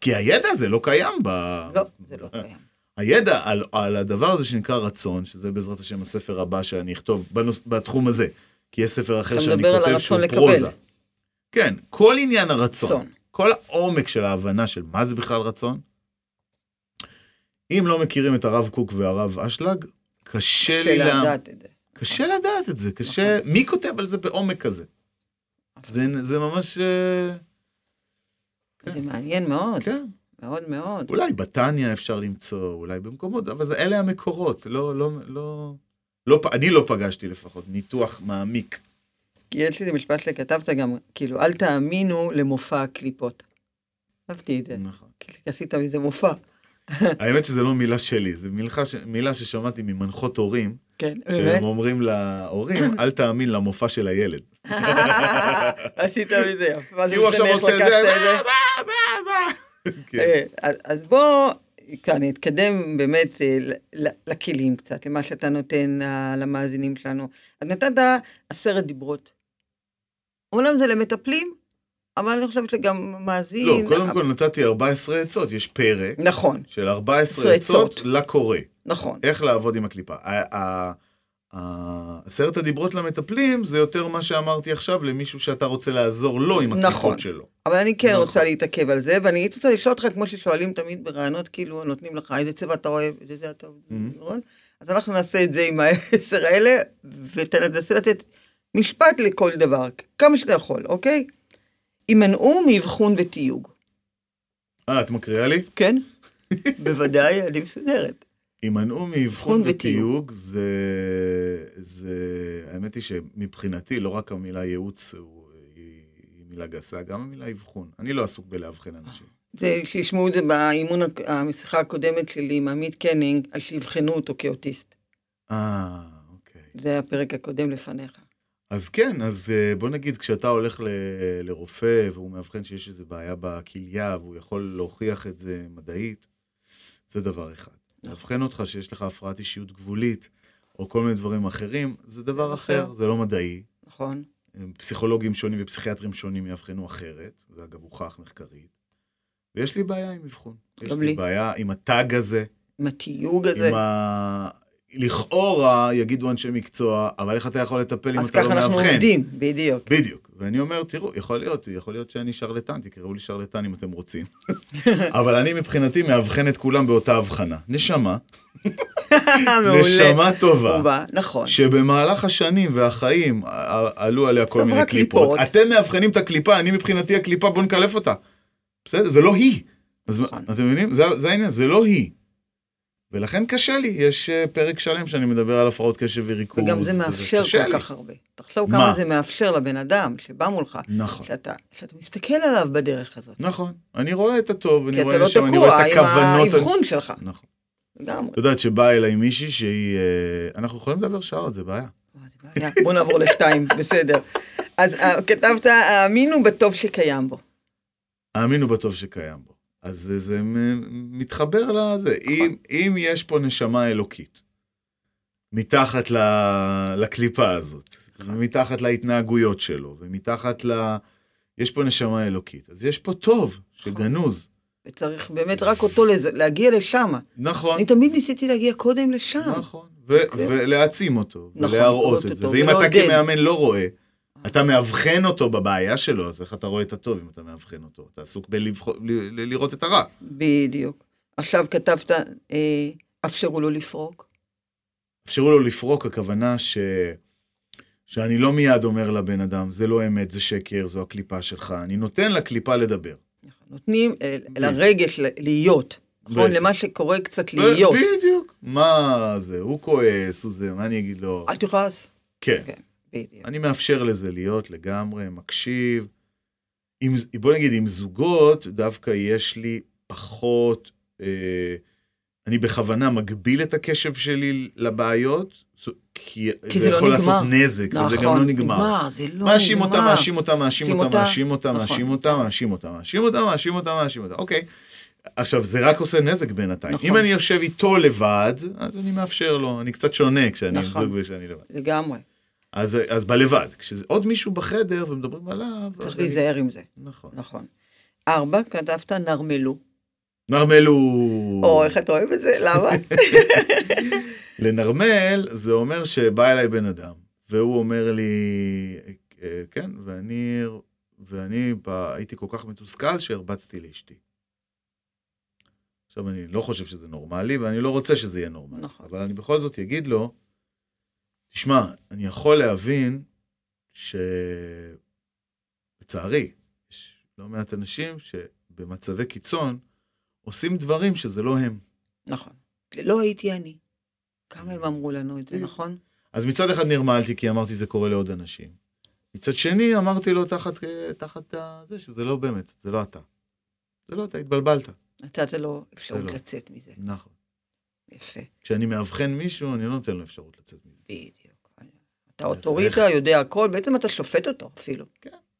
Speaker 3: כי הידע הזה לא קיים ב...
Speaker 2: לא, זה לא
Speaker 3: אה,
Speaker 2: קיים.
Speaker 3: הידע על, על הדבר הזה שנקרא רצון, שזה בעזרת השם הספר הבא שאני אכתוב בנוס, בתחום הזה, כי יש ספר אחר
Speaker 2: אתה
Speaker 3: שאני
Speaker 2: מדבר על
Speaker 3: כותב
Speaker 2: הרצון
Speaker 3: שהוא
Speaker 2: לקבל.
Speaker 3: פרוזה. כן, כל עניין הרצון,
Speaker 2: רצון.
Speaker 3: צון. כל העומק של ההבנה של מה זה בכלל רצון. אם לא מכירים את הרב קוק והרב אשלג, קשה לי
Speaker 2: קשה
Speaker 3: לה...
Speaker 2: לדעת כן, נכון. את זה.
Speaker 3: קשה לדעת את זה, קשה... מי כותב על זה בעומק כזה? זה, זה ממש... אה,
Speaker 2: זה מעניין מאוד,
Speaker 3: כן.
Speaker 2: מאוד מאוד.
Speaker 3: אולי בתניא אפשר למצוא, אולי במקומות, אבל זה, אלה המקורות, לא, לא, לא, לא, פ- אני לא פגשתי לפחות, ניתוח מעמיק.
Speaker 2: כי יש לי איזה משפט שכתבת גם, כאילו, אל תאמינו למופע הקליפות. אהבתי את זה,
Speaker 3: נכון.
Speaker 2: כי עשית מזה מופע.
Speaker 3: האמת שזה לא מילה שלי, זו מילה, ש... מילה ששמעתי ממנחות הורים,
Speaker 2: כן, באמת.
Speaker 3: שהם אומרים להורים, אל תאמין למופע של הילד.
Speaker 2: *laughs* עשית מזה, יפה. מה זה
Speaker 3: כי הוא עכשיו
Speaker 2: משנה איך
Speaker 3: עושה את זה,
Speaker 2: לקחת את זה?
Speaker 3: מה, מה, מה, מה. כן.
Speaker 2: אה, אז- אז בוא, כאן נתקדם באמת אה, ל- ל- לכלים קצת, למה שאתה נותן אה, למאזינים שלנו. אז נתת עשרת דיברות. אומנם זה למטפלים, אבל אני חושבת שגם מאזין...
Speaker 3: לא, קודם כל נתתי 14 עצות, יש פרק
Speaker 2: נכון,
Speaker 3: של 14
Speaker 2: 14 עצות.
Speaker 3: עצות לקורא.
Speaker 2: נכון.
Speaker 3: איך לעבוד עם הקליפה. ה- ה- ה- עשרת הדיברות למטפלים זה יותר מה שאמרתי עכשיו למישהו שאתה רוצה לעזור לו עם הקליפות
Speaker 2: נכון.
Speaker 3: שלו.
Speaker 2: אבל אני כן
Speaker 3: נכון.
Speaker 2: רוצה להתעכב על זה, ואני הייתי רוצה לשאול אותך, כמו ששואלים תמיד ברעיונות, כאילו נותנים לך איזה צבע אתה אוהב, איזה זה אתה אוהב, נכון? אז אנחנו נעשה את זה עם העשר האלה, ותנסה לתת משפט לכל דבר, כמה שאתה יכול, אוקיי? הימנעו מאבחון ותיוג,
Speaker 3: אה, את מקריאה לי?
Speaker 2: כן? בוודאי, אני מסודרת.
Speaker 3: הימנעו מאבחון
Speaker 2: ותיוג.
Speaker 3: ותיוג זה, זה... האמת היא שמבחינתי לא רק המילה ייעוץ הוא- היא היא מילה גסה, גם המילה אבחון. אני לא עסוק בלאבחן אנשים.
Speaker 2: זה, שישמעו את זה באימון, הק- השיחה הקודמת שלי עם עמית קנינג, על שאבחנו אותו כאוטיסט.
Speaker 3: אה, אוקיי.
Speaker 2: זה הפרק הקודם לפניך.
Speaker 3: אז כן, אז אה, בוא נגיד, כשאתה הולך ל, לרופא והוא מאבחן שיש איזו בעיה בכליה והוא יכול להוכיח את זה מדעית, זה דבר אחד. לאבחן אותך שיש לך הפרעת אישיות גבולית או כל מיני דברים אחרים, זה דבר אחר, זה לא מדעי.
Speaker 2: נכון,
Speaker 3: פסיכולוגים שונים ופסיכיאטרים שונים יאבחנו אחרת, זה אגב הוכח מחקרית. ויש לי בעיה עם אבחון. יש
Speaker 2: גם
Speaker 3: לי
Speaker 2: לי.
Speaker 3: בעיה עם הטאג הזה,
Speaker 2: עם התיוג הזה.
Speaker 3: עם ה... לכאורה, יגידו אנשי מקצוע, אבל איך אתה יכול לטפל אם
Speaker 2: אז
Speaker 3: אתה לא
Speaker 2: ככה
Speaker 3: מאבחן?
Speaker 2: אנחנו עובדים, בדיוק.
Speaker 3: בדיוק. ואני אומר, תראו, יכול להיות, יכול להיות שאני שרלטן, תקראו לי שרלטן אם אתם
Speaker 2: *laughs*
Speaker 3: רוצים. אבל אני מבחינתי מאבחן את כולם באותה הבחנה. נשמה,
Speaker 2: מעולה.
Speaker 3: *laughs* נשמה
Speaker 2: הוא
Speaker 3: טובה,
Speaker 2: בא, נכון.
Speaker 3: שבמהלך השנים והחיים ע- ע- עלו עליה כל
Speaker 2: צברה
Speaker 3: מיני קליפות.
Speaker 2: קליפות.
Speaker 3: אתם מאבחנים את הקליפה, אני מבחינתי הקליפה, בואו נקלף אותה. בסדר? זה לא היא. אז מה-
Speaker 2: נכון.
Speaker 3: אתם מבינים? זה- זה העניין, זה לא היא. ולכן קשה לי, יש אה, פרק שלם שאני מדבר על הפרעות קשב וריכוז.
Speaker 2: וגם זה מאפשר
Speaker 3: קשה
Speaker 2: כל
Speaker 3: לי.
Speaker 2: כך הרבה. תחשוב
Speaker 3: מה?
Speaker 2: כמה זה מאפשר לבן אדם שבא מולך,
Speaker 3: נכון.
Speaker 2: שאתה שאתה מסתכל עליו בדרך הזאת.
Speaker 3: נכון, אני רואה את הטוב, אני
Speaker 2: כי
Speaker 3: רואה
Speaker 2: אתה לא
Speaker 3: לשם, אני רואה
Speaker 2: תקוע
Speaker 3: את
Speaker 2: עם
Speaker 3: הכוונות.
Speaker 2: האבחון שלך.
Speaker 3: נכון.
Speaker 2: לגמרי.
Speaker 3: את יודעת שבאה אליי מישהי שהיא... אה, אנחנו יכולים לדבר שעות, זה בעיה.
Speaker 2: וואי, זה בעיה. בוא נעבור לשתיים, *laughs* בסדר. אז אה, כתבת, האמינו בטוב שקיים בו.
Speaker 3: האמינו בטוב שקיים בו. אז זה, זה מ- מתחבר לזה.
Speaker 2: נכון.
Speaker 3: אם, אם יש פה נשמה אלוקית, מתחת ל, לקליפה הזאת,
Speaker 2: נכון.
Speaker 3: ומתחת להתנהגויות שלו, ומתחת ל... יש פה נשמה אלוקית, אז יש פה טוב
Speaker 2: נכון.
Speaker 3: שגנוז.
Speaker 2: וצריך באמת רק אותו לזה- להגיע לשם.
Speaker 3: נכון.
Speaker 2: אני תמיד ניסיתי להגיע קודם לשם.
Speaker 3: נכון, ו- ולהעצים אותו,
Speaker 2: אה. אוקיי. נכון,
Speaker 3: ולהראות
Speaker 2: לראות
Speaker 3: את זה.
Speaker 2: אותו,
Speaker 3: ואם אתה
Speaker 2: ולעודד. אה.
Speaker 3: כמאמן לא רואה, אתה מאבחן אותו בבעיה שלו, אז איך אתה רואה את הטוב אם אתה מאבחן אותו? אתה עסוק בלראות את הרע.
Speaker 2: בדיוק. עכשיו כתבת, אה, אפשרו לו לפרוק.
Speaker 3: אפשרו לו לפרוק, הכוונה ש... שאני לא מיד אומר לבן אדם, זה לא אמת, זה שקר, זו הקליפה שלך, אני נותן לקליפה לדבר.
Speaker 2: נכון, נותנים אה, לרגש ל- להיות, נכון?
Speaker 3: בטח.
Speaker 2: למה שקורה קצת להיות.
Speaker 3: אה, בדיוק. מה זה, הוא כועס, הוא זה, מה אני אגיד לו?
Speaker 2: אל תכעס.
Speaker 3: כן.
Speaker 2: כן, בדיוק.
Speaker 3: אני מאפשר לזה להיות לגמרי, מקשיב. עם, בוא נגיד, עם זוגות, דווקא יש לי פחות... אה, אני בכוונה מגביל את הקשב שלי לבעיות, זו- כי,
Speaker 2: כי
Speaker 3: זה
Speaker 2: זה לא
Speaker 3: יכול לעשות
Speaker 2: נגמר.
Speaker 3: נזק, וזה גם לא נגמר.
Speaker 2: זה לא
Speaker 3: מאשים
Speaker 2: נכון. נגמר.
Speaker 3: אותה, מאשים אותה, מאשים
Speaker 2: מאשים
Speaker 3: אותה,
Speaker 2: אותה.
Speaker 3: מאשים אותה,
Speaker 2: נכון.
Speaker 3: מאשים אותה, מאשים אותה, מאשים אותה, מאשים אותה, מאשים אותה, אוקיי. עכשיו, זה רק עושה נזק בינתיים.
Speaker 2: נכון.
Speaker 3: אם אני יושב איתו לבד, אז אני מאפשר לו, אני קצת שונה כשאני עם
Speaker 2: נכון.
Speaker 3: זוג וכשאני לבד.
Speaker 2: לגמרי,
Speaker 3: אז, אז בלבד. כשעוד מישהו בחדר ומדברים עליו... אז
Speaker 2: צריך
Speaker 3: אני-
Speaker 2: להיזהר עם זה,
Speaker 3: נכון.
Speaker 2: נכון. ארבע, כתבת נרמלו.
Speaker 3: נרמל
Speaker 2: או,
Speaker 3: הוא...
Speaker 2: איך אתה אוהב את זה?
Speaker 3: *laughs*
Speaker 2: למה?
Speaker 3: לנרמל זה אומר שבא אליי בן אדם, והוא אומר לי, "אה, כן, ואני, ואני ב- הייתי כל כך מתוסכל שהרבצתי לאשתי. עכשיו, אני לא חושב שזה נורמלי, ואני לא רוצה שזה יהיה נורמלי.
Speaker 2: נכון.
Speaker 3: אבל אני בכל זאת אגיד לו, תשמע, אני יכול להבין שלצערי, יש לא מעט אנשים שבמצבי קיצון עושים דברים שזה לא הם.
Speaker 2: נכון. לא הייתי אני. כמה הם אמרו לנו את זה, נכון?
Speaker 3: אז מצד אחד נרמלתי, כי אמרתי זה קורה לעוד אנשים. מצד שני, אמרתי לו תחת, אה, תחת ה- זה, שזה לא באמת, זה לא אתה. זה לא אתה, התבלבלת.
Speaker 2: נתת לו אפשרות
Speaker 3: שלא.
Speaker 2: לצאת מזה.
Speaker 3: נכון.
Speaker 2: יפה,
Speaker 3: כשאני מאבחן מישהו, אני לא נותן לו אפשרות לצאת מזה.
Speaker 2: בדיוק. אתה אוטוריטה, יודע הכל, בעצם אתה שופט אותו אפילו.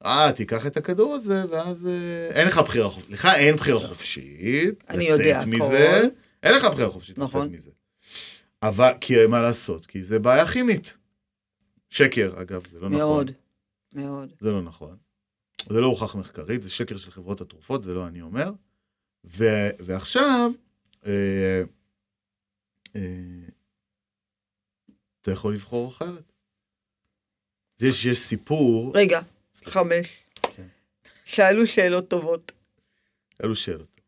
Speaker 3: אה, תיקח את הכדור הזה, ואז אה, אין לך בחירה חופשית. לך אין בחירה חופשית.
Speaker 2: לא. אני
Speaker 3: לצאת
Speaker 2: יודע
Speaker 3: מזה.
Speaker 2: הכל.
Speaker 3: אין לך בחירה חופשית
Speaker 2: נכון.
Speaker 3: לצאת מזה. אבל, כי מה לעשות? כי זה בעיה כימית. שקר, אגב, זה לא נכון.
Speaker 2: מאוד, מאוד.
Speaker 3: זה לא נכון. זה לא הוכח מחקרית, זה שקר של חברות התרופות, זה לא אני אומר. ו, ועכשיו, אה, אה, אתה יכול לבחור אחרת. זה שיש סיפור,
Speaker 2: רגע, חמש.
Speaker 3: כן.
Speaker 2: שאלו שאלות טובות.
Speaker 3: אלו שאלות.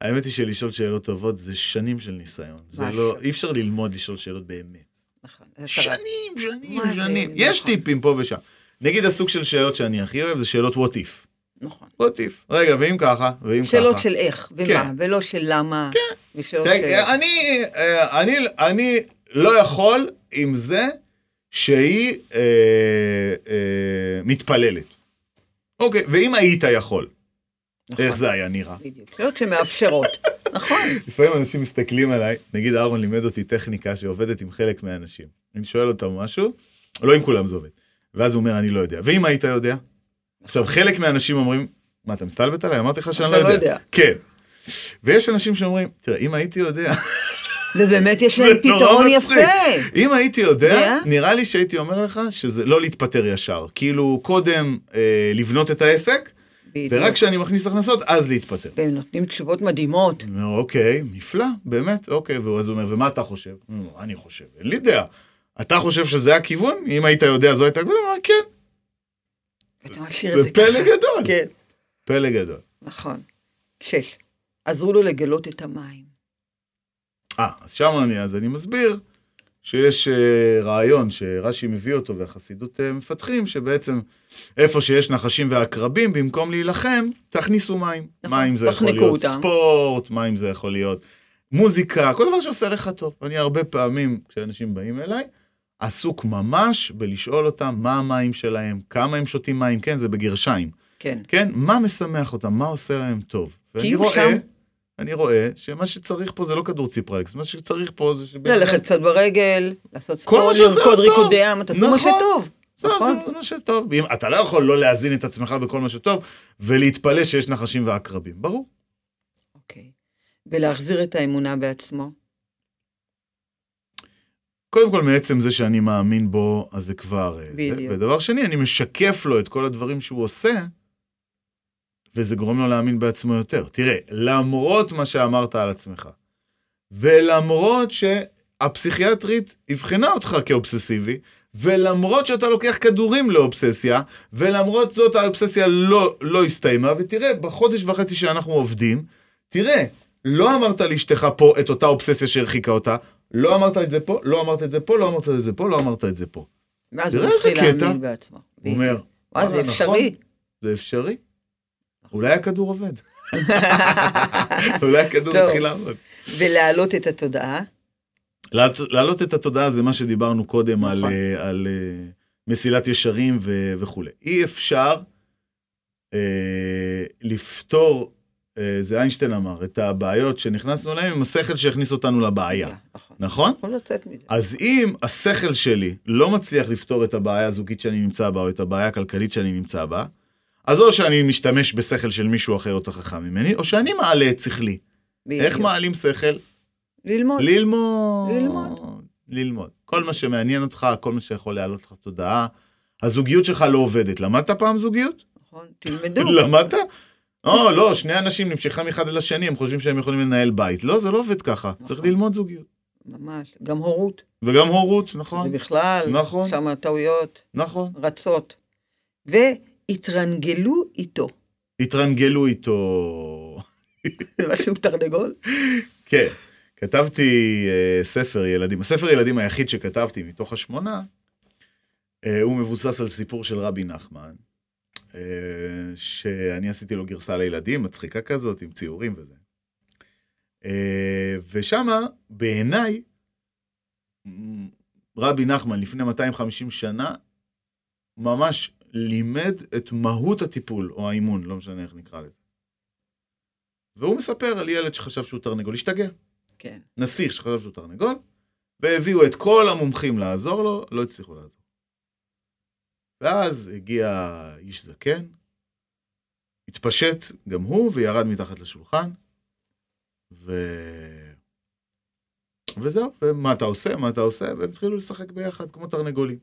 Speaker 3: האמת היא שלשאול שאלות טובות זה שנים של ניסיון. זה
Speaker 2: ממש.
Speaker 3: לא, אי אפשר ללמוד לשאול שאלות באמת.
Speaker 2: נכון. אז אתה-
Speaker 3: שנים, שנים,
Speaker 2: מה זה,
Speaker 3: שנים.
Speaker 2: נכון.
Speaker 3: יש טיפים פה ושם. נגיד הסוג של שאלות שאני הכי אוהב זה שאלות what if.
Speaker 2: נכון.
Speaker 3: what if. רגע, ואם ככה, ואם ככה.
Speaker 2: שאלות של איך
Speaker 3: כן.
Speaker 2: ומה, ולא של למה. כן. ושאלות של...
Speaker 3: רגע, אני, אה, אני, אני לא יכול עם זה שהיא אה, אה, מתפללת. אוקיי, ואם היית יכול,
Speaker 2: נכון,
Speaker 3: איך זה היה נראה?
Speaker 2: בדיוק. שאלות
Speaker 3: *laughs*
Speaker 2: שמאפשרות. נכון.
Speaker 3: לפעמים אנשים מסתכלים עליי, נגיד אהרון לימד אותי טכניקה שעובדת עם חלק מהאנשים. אני שואל אותם משהו, לא עם כולם זה עובד. ואז הוא אומר, אני לא יודע. ואם היית יודע? עכשיו, חלק מהאנשים אומרים, מה, אתה מסתלבט עליי? אמרתי לך שאני
Speaker 2: אתה
Speaker 3: לא
Speaker 2: לא
Speaker 3: יודע.
Speaker 2: יודע.
Speaker 3: כן. ויש אנשים שאומרים, תראה, אם הייתי יודע...
Speaker 2: ובאמת יש להם
Speaker 3: נורא
Speaker 2: פתרון
Speaker 3: מצחיק.
Speaker 2: יפה.
Speaker 3: אם הייתי יודע,
Speaker 2: יודע?
Speaker 3: נראה לי שהייתי אומר לך שזה לא להתפטר ישר. כאילו, קודם אה, לבנות את העסק, ורק
Speaker 2: בדיוק.
Speaker 3: כשאני מכניס הכנסות, אז להתפטר.
Speaker 2: והם נותנים תשובות מדהימות.
Speaker 3: אני אומר, אוקיי, נפלא, באמת, אוקיי. ואז הוא אומר, ומה אתה חושב? אני אומר, אני חושב, אין לי דעה. אתה חושב שזה הכיוון? אם היית יודע, זו הייתה... הוא אומר, כן,
Speaker 2: ואתה משאיר את זה
Speaker 3: ופלא
Speaker 2: ככה.
Speaker 3: גדול.
Speaker 2: כן,
Speaker 3: פלא גדול.
Speaker 2: נכון. שש. עזרו לו לגלות את המים.
Speaker 3: אה, אז שם אני, אז אני מסביר שיש אה, רעיון שרש"י מביא אותו והחסידות אה, מפתחים, שבעצם איפה שיש נחשים ועקרבים, במקום להילחם, תכניסו מים.
Speaker 2: נכון,
Speaker 3: מים זה יכול
Speaker 2: תחנקו
Speaker 3: להיות
Speaker 2: אותם.
Speaker 3: ספורט, מים זה יכול להיות מוזיקה, כל דבר שעושה לך טוב. אני הרבה פעמים, כשאנשים באים אליי, עסוק ממש בלשאול אותם מה המים שלהם, כמה הם שותים מים, כן, זה בגרשיים.
Speaker 2: כן.
Speaker 3: כן, מה משמח אותם, מה עושה להם טוב. ואני
Speaker 2: כי הוא
Speaker 3: רואה-
Speaker 2: כאילו שם.
Speaker 3: אני רואה שמה שצריך פה זה לא כדור ציפרלקס, מה שצריך פה זה שבן
Speaker 2: ללכת קצת ברגל, לעשות
Speaker 3: מה
Speaker 2: ספורט,
Speaker 3: שעושה
Speaker 2: לרקוד
Speaker 3: לו טוב.
Speaker 2: ריקודי עם, תעשו
Speaker 3: נכון.
Speaker 2: מה שטוב.
Speaker 3: זה
Speaker 2: נכון?
Speaker 3: זה מה שטוב. אם, אתה לא יכול לא להזין את עצמך בכל מה שטוב, ולהתפלא שיש נחשים ועקרבים, ברור.
Speaker 2: אוקיי. ולהחזיר את האמונה בעצמו.
Speaker 3: קודם כל, מעצם זה שאני מאמין בו, אז זה כבר... אה, זה.
Speaker 2: בדיוק.
Speaker 3: ודבר שני, אני משקף לו את כל הדברים שהוא עושה, וזה גורם לו להאמין בעצמו יותר. תראה, למרות מה שאמרת על עצמך, ולמרות שהפסיכיאטרית אבחנה אותך כאובססיבי, ולמרות שאתה לוקח כדורים לאובססיה, ולמרות זאת האובססיה לא, לא הסתיימה, ותראה, בחודש וחצי שאנחנו עובדים, תראה, לא אמרת לאשתך פה את אותה אובססיה שהרחיקה אותה, לא אמרת את זה פה, לא אמרת את זה פה, לא אמרת את זה פה, לא אמרת את זה פה.
Speaker 2: ואז הוא
Speaker 3: תראה איזה
Speaker 2: מתחיל
Speaker 3: קטע.
Speaker 2: להאמין בעצמו.
Speaker 3: הוא אומר,
Speaker 2: וואי, זה
Speaker 3: "וואלה, *laughs*
Speaker 2: אפשרי.
Speaker 3: נכון, זה אפשרי. אולי הכדור עובד.
Speaker 2: *laughs*
Speaker 3: אולי הכדור
Speaker 2: טוב.
Speaker 3: התחיל לעבוד.
Speaker 2: ולהעלות את התודעה.
Speaker 3: להעלות- להעלות את התודעה זה מה שדיברנו קודם על,
Speaker 2: נכון.
Speaker 3: אה, על אה, מסילת ישרים ו- וכולי. אי אפשר אה, לפתור, אה, זה איינשטיין אמר, את הבעיות שנכנסנו אליהן עם השכל שהכניס אותנו לבעיה,
Speaker 2: נכון.
Speaker 3: נכון?
Speaker 2: יכול לצאת מזה.
Speaker 3: אז אם השכל שלי לא מצליח לפתור את הבעיה הזוגית שאני נמצא בה, או את הבעיה הכלכלית שאני נמצא בה, אז או שאני משתמש בשכל של מישהו אחר יותר חכם ממני, או שאני מעלה את שכלי. איך
Speaker 2: בדיוק.
Speaker 3: מעלים שכל?
Speaker 2: ללמוד.
Speaker 3: ללמוד.
Speaker 2: ללמוד.
Speaker 3: ללמוד. כל מה שמעניין אותך, כל מה שיכול להעלות לך תודעה. הזוגיות שלך לא עובדת. למדת פעם זוגיות?
Speaker 2: נכון,
Speaker 3: *laughs*
Speaker 2: תלמדו.
Speaker 3: למדת? או, לא, שני אנשים נמשכים אחד אל השני, הם חושבים שהם יכולים לנהל בית. לא, זה לא עובד ככה. צריך
Speaker 2: נכון.
Speaker 3: ללמוד זוגיות.
Speaker 2: ממש. גם הורות.
Speaker 3: וגם הורות,
Speaker 2: זה
Speaker 3: נכון?
Speaker 2: בכלל.
Speaker 3: נכון.
Speaker 2: שם הטעויות
Speaker 3: נכון.
Speaker 2: רצות. והתרנגלו איתו. *laughs*
Speaker 3: התרנגלו איתו.
Speaker 2: זה משהו תרנגול?
Speaker 3: כן. כתבתי אה, ספר ילדים. הספר ילדים היחיד שכתבתי מתוך השמונה, אה, הוא מבוסס על סיפור של רבי נחמן, אה, שאני עשיתי לו גרסה לילדים, מצחיקה כזאת, עם ציורים וזה. אה, ושמה, בעיניי, מ, רבי נחמן לפני 250 שנה, ממש לימד את מהות הטיפול, או האימון, לא משנה איך נקרא לזה. והוא מספר על ילד שחשב שהוא תרנגול, השתגע.
Speaker 2: כן.
Speaker 3: נסיך שחשב שהוא תרנגול, והביאו את כל המומחים לעזור לו, לא הצליחו לעזור. ואז הגיע איש זקן, התפשט גם הוא וירד מתחת לשולחן, ו... וזהו, ומה אתה עושה, מה אתה עושה, והם התחילו לשחק ביחד כמו תרנגולים.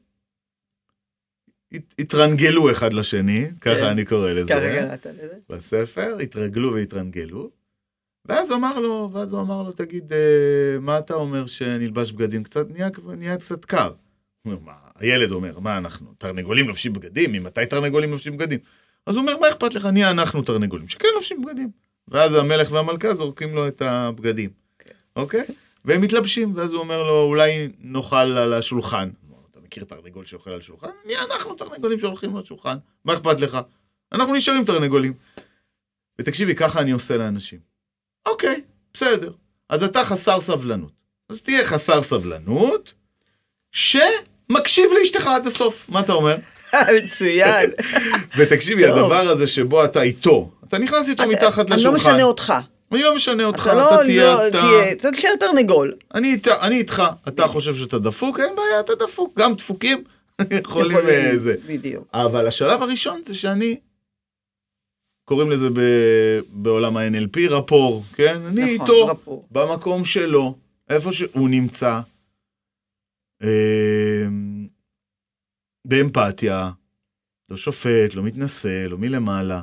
Speaker 3: הת- התרנגלו אחד לשני,
Speaker 2: כן.
Speaker 3: ככה אני קורא לזה.
Speaker 2: ככה קראת לזה? *laughs*
Speaker 3: בספר, התרגלו והתרנגלו, ואז הוא אמר לו, ואז הוא אמר לו, תגיד, אה, מה אתה אומר שנלבש בגדים קצת? נהיה, כבר- נהיה קצת קר. הוא אומר, מה, הילד אומר, מה אנחנו, תרנגולים לובשים בגדים? ממתי תרנגולים לובשים בגדים? אז הוא אומר, מה אכפת לך, נהיה אנחנו תרנגולים, שכן לובשים בגדים. ואז המלך והמלכה זורקים לו את הבגדים, אוקיי? והם מתלבשים, ואז הוא אומר לו, אולי נאכל על השולחן. הוא אומר, אתה מכיר תרנגול שאוכל על שולחן? נהיה אנחנו תרנגולים שהולכים על שולחן, מה אכפת לך? אנחנו נשארים תרנגולים. ותקשיבי, ככה אני עושה לאנשים. אוקיי, בסדר. אז אתה חסר סבלנות. אז תהיה חסר סבלנות, שמקשיב לאשתך עד הסוף. מה אתה אומר? *laughs*
Speaker 2: מצוין.
Speaker 3: ותקשיבי,
Speaker 2: טוב.
Speaker 3: הדבר הזה שבו אתה איתו, אתה נכנס איתו מתחת
Speaker 2: אני לא
Speaker 3: לשולחן.
Speaker 2: משנה אותך.
Speaker 3: אני לא משנה אותך,
Speaker 2: אתה לא
Speaker 3: אתה תהיה אתה.
Speaker 2: תהיה, אתה תישאר תרנגול.
Speaker 3: אני איתה- אני איתך, אתה חושב שאתה דפוק, אין בעיה, אתה דפוק. גם דפוקים *laughs* יכולים אה, זה.
Speaker 2: בדיוק.
Speaker 3: אבל השלב הראשון זה שאני, קוראים לזה ב- בעולם ה-NLP רפור, כן? אני
Speaker 2: נכון,
Speaker 3: איתו,
Speaker 2: רפור.
Speaker 3: במקום שלו, איפה שהוא נמצא, אה, באמפתיה, לא שופט, לא מתנשא, לא מלמעלה.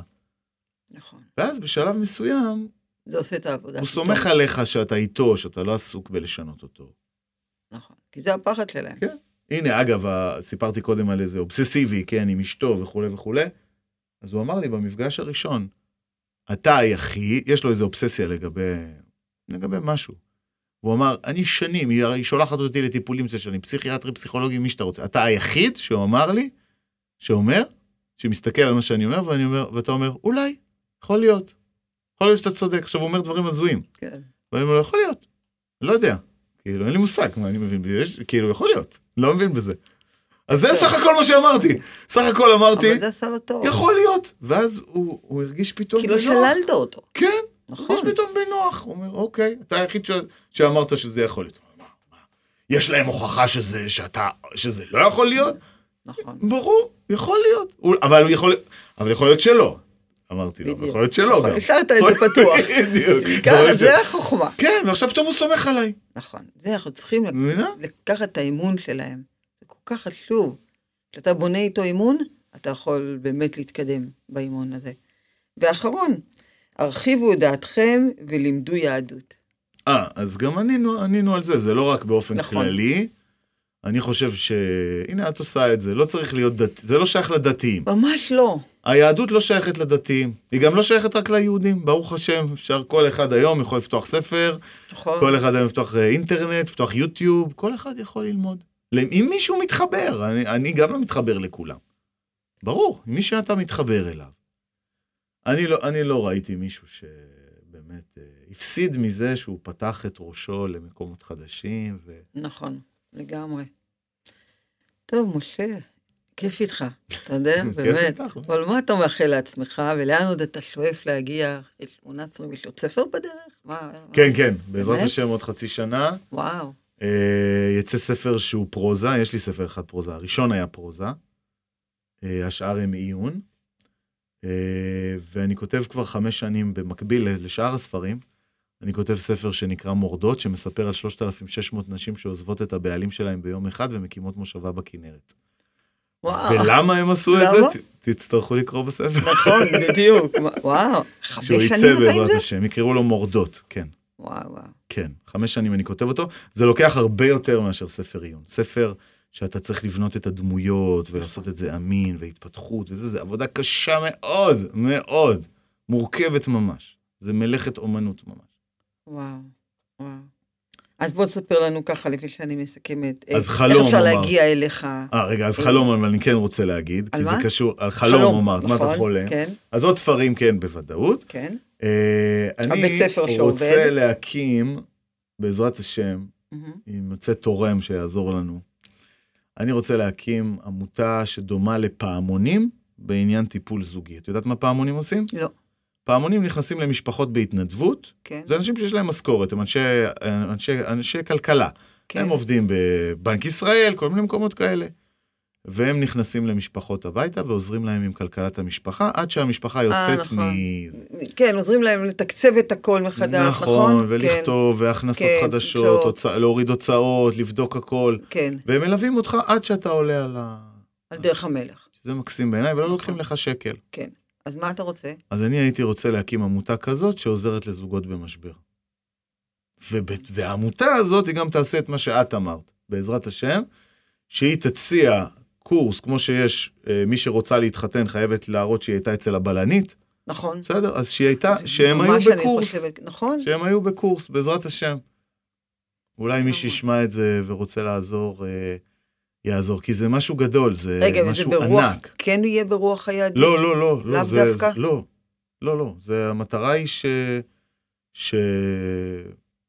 Speaker 2: נכון.
Speaker 3: ואז בשלב מסוים,
Speaker 2: זה עושה את העבודה.
Speaker 3: הוא
Speaker 2: הכי טוב.
Speaker 3: סומך עליך שאתה איתו, שאתה לא עסוק בלשנות אותו.
Speaker 2: נכון. כי זה הפחד שלהם.
Speaker 3: כן. הנה, אגב, ה- סיפרתי קודם על איזה אובססיבי, כן, עם אשתו וכולי וכולי. אז הוא אמר לי במפגש הראשון, אתה היחיד, יש לו איזו אובססיה לגבי, לגבי משהו. הוא אמר, אני שנים, היא היא שולחת אותי לטיפולים של שנים, פסיכיאטרים, פסיכולוגים, מי שאתה רוצה. אתה היחיד שאומר לי, שאומר, שמסתכל על מה שאני אומר, ואני אומר, ואתה אומר, אולי, יכול להיות. יכול להיות שאתה צודק. עכשיו, הוא אומר דברים הזויים.
Speaker 2: כן.
Speaker 3: ואני אומר לו, יכול להיות, לא יודע. כאילו, אין לי מושג מה אני מבין, בזה. יש, כאילו, יכול להיות, לא מבין בזה. אז זה
Speaker 2: כן.
Speaker 3: סך הכל מה שאמרתי. סך הכל אמרתי,
Speaker 2: אבל זה לא- עשה לו טוב.
Speaker 3: יכול להיות. ואז הוא, הוא הרגיש פתאום
Speaker 2: כי לא
Speaker 3: בנוח.
Speaker 2: שללת אותו.
Speaker 3: כן, הוא
Speaker 2: נכון.
Speaker 3: הרגיש פתאום בנוח. הוא אומר, אוקיי, אתה היחיד ש... שאמרת שזה יכול להיות. הוא אומר, "מה, מה, יש להם הוכחה שזה, שאתה, שזה לא יכול להיות?
Speaker 2: נכון.
Speaker 3: ברור, יכול להיות. הוא, אבל, הוא יכול, אבל יכול להיות שלא. אמרתי לו,
Speaker 2: בדיוק. נכון,
Speaker 3: אבל לא, יכול להיות שלא גם.
Speaker 2: השארת את זה פתוח.
Speaker 3: *laughs* בדיוק.
Speaker 2: ככה, זה החוכמה.
Speaker 3: כן, ועכשיו פתאום הוא סומך עליי.
Speaker 2: נכון. זה אנחנו צריכים לק-
Speaker 3: מבינה?
Speaker 2: לקחת את האימון שלהם. זה כל כך חשוב. כשאתה בונה איתו אימון, אתה יכול באמת להתקדם באימון הזה. ואחרון, הרחיבו את דעתכם ולימדו יהדות.
Speaker 3: אה, אז גם ענינו, ענינו על זה, זה לא רק באופן
Speaker 2: נכון.
Speaker 3: נכון. כללי. אני חושב ש... הנה, את עושה את זה, לא צריך להיות דת... זה לא שייך לדתיים.
Speaker 2: ממש לא.
Speaker 3: היהדות לא שייכת לדתיים, היא גם לא שייכת רק ליהודים, ברוך השם, אפשר, כל אחד היום יכול לפתוח ספר,
Speaker 2: נכון.
Speaker 3: כל אחד היום לפתוח אה, אינטרנט, לפתוח יוטיוב, כל אחד יכול ללמוד. אם מישהו מתחבר, אני, אני גם לא מתחבר לכולם. ברור, מי שאתה מתחבר אליו. אני לא, אני לא ראיתי מישהו שבאמת אה, הפסיד מזה שהוא פתח את ראשו למקומות חדשים, ו...
Speaker 2: נכון, לגמרי. טוב, משה, כיף איתך, אתה יודע,
Speaker 3: *laughs*
Speaker 2: כן,
Speaker 3: כיף
Speaker 2: באמת.
Speaker 3: איתך, לא?
Speaker 2: אבל מה אתה מאחל לעצמך, ולאן עוד אתה שואף להגיע? יש 18, יש עוד ספר בדרך? מה? מה?
Speaker 3: כן, כן, בעזרת
Speaker 2: באמת?
Speaker 3: השם עוד חצי שנה.
Speaker 2: וואו,
Speaker 3: אה, יצא ספר שהוא פרוזה, יש לי ספר אחד פרוזה, הראשון היה פרוזה, אה, השאר הם עיון, אה, ואני כותב כבר חמש שנים במקביל ל- לשאר הספרים, אני כותב ספר שנקרא מורדות, שמספר על 3,600 נשים שעוזבות את הבעלים שלהם ביום אחד ומקימות מושבה בכנרת.
Speaker 2: וואו.
Speaker 3: ולמה הם עשו את
Speaker 2: אה. למה?
Speaker 3: זה? ת- תצטרכו לקרוא בספר.
Speaker 2: נכון,
Speaker 3: *laughs*
Speaker 2: בדיוק. מה- וואו, חמש
Speaker 3: שהוא
Speaker 2: שנים
Speaker 3: יצא
Speaker 2: אתה עם
Speaker 3: בעזרת
Speaker 2: זה?
Speaker 3: השם, יקראו לו מורדות, כן.
Speaker 2: וואו, וואו.
Speaker 3: כן, חמש שנים אני כותב אותו, זה לוקח הרבה יותר מאשר ספר עיון. ספר שאתה צריך לבנות את הדמויות ולעשות את זה אמין והתפתחות וזה, זה עבודה קשה מאוד, מאוד, מורכבת ממש. זה מלאכת אומנות ממש.
Speaker 2: וואו, וואו. אז בוא תספר לנו ככה, לפני שאני מסכמת.
Speaker 3: אז
Speaker 2: איך-
Speaker 3: חלום,
Speaker 2: איך אפשר
Speaker 3: אמרת.
Speaker 2: להגיע אליך?
Speaker 3: אה, רגע, אז חלום, אבל אני כן רוצה להגיד,
Speaker 2: על
Speaker 3: כי זה
Speaker 2: מה?
Speaker 3: קשור, על חלום אמרת, מה אתה
Speaker 2: נכון,
Speaker 3: חולם?
Speaker 2: כן,
Speaker 3: אז עוד ספרים כן, בוודאות.
Speaker 2: כן.
Speaker 3: אה,
Speaker 2: הבית
Speaker 3: אני
Speaker 2: ספר שעובד.
Speaker 3: רוצה להקים, בעזרת השם,
Speaker 2: מהמם.
Speaker 3: אם יוצא תורם שיעזור לנו. אני רוצה להקים עמותה שדומה לפעמונים בעניין טיפול זוגי. את יודעת מה פעמונים עושים?
Speaker 2: לא,
Speaker 3: פעמונים נכנסים למשפחות בהתנדבות.
Speaker 2: כן,
Speaker 3: זה אנשים שיש להם משכורת, הם אנשי, אנשי, אנשי כלכלה.
Speaker 2: כן.
Speaker 3: הם עובדים בבנק ישראל, כל מיני מקומות כאלה. והם נכנסים למשפחות הביתה ועוזרים להם עם כלכלת המשפחה, עד שהמשפחה יוצאת
Speaker 2: נכון.
Speaker 3: מ...
Speaker 2: כן, עוזרים להם לתקצב את הכל מחדש, נכון?
Speaker 3: נכון,
Speaker 2: כן,
Speaker 3: ולכתוב, והכנסות
Speaker 2: כן,
Speaker 3: חדשות,
Speaker 2: הוצאות.
Speaker 3: הוצא, להוריד הוצאות, לבדוק הכל.
Speaker 2: כן,
Speaker 3: והם מלווים אותך עד שאתה עולה על ה...
Speaker 2: על דרך המלך,
Speaker 3: שזה מקסים בעיניי, ולא לוקחים לך שקל.
Speaker 2: כן. אז מה אתה רוצה?
Speaker 3: אז אני הייתי רוצה להקים עמותה כזאת שעוזרת לזוגות במשבר. וב... והעמותה הזאת, היא גם תעשה את מה שאת אמרת, בעזרת השם, שהיא תציע קורס, כמו שיש, אה, מי שרוצה להתחתן חייבת להראות שהיא הייתה אצל הבלנית,
Speaker 2: נכון.
Speaker 3: בסדר? אז שהיא הייתה,
Speaker 2: זה
Speaker 3: שהם היו
Speaker 2: ממש אני
Speaker 3: בקורס,
Speaker 2: חושבת- נכון,
Speaker 3: שהם היו בקורס, בעזרת השם. אולי מי
Speaker 2: כמובן.
Speaker 3: שישמע את זה ורוצה לעזור, אה, יעזור, כי זה משהו גדול, זה
Speaker 2: רגע, וזה
Speaker 3: משהו
Speaker 2: ברוח,
Speaker 3: ענק.
Speaker 2: כן יהיה ברוח היהדות?
Speaker 3: לא, לא, לא.
Speaker 2: לאו
Speaker 3: לא, זה,
Speaker 2: דווקא?
Speaker 3: זה- לא, לא, לא. זה, המטרה היא ש... ש...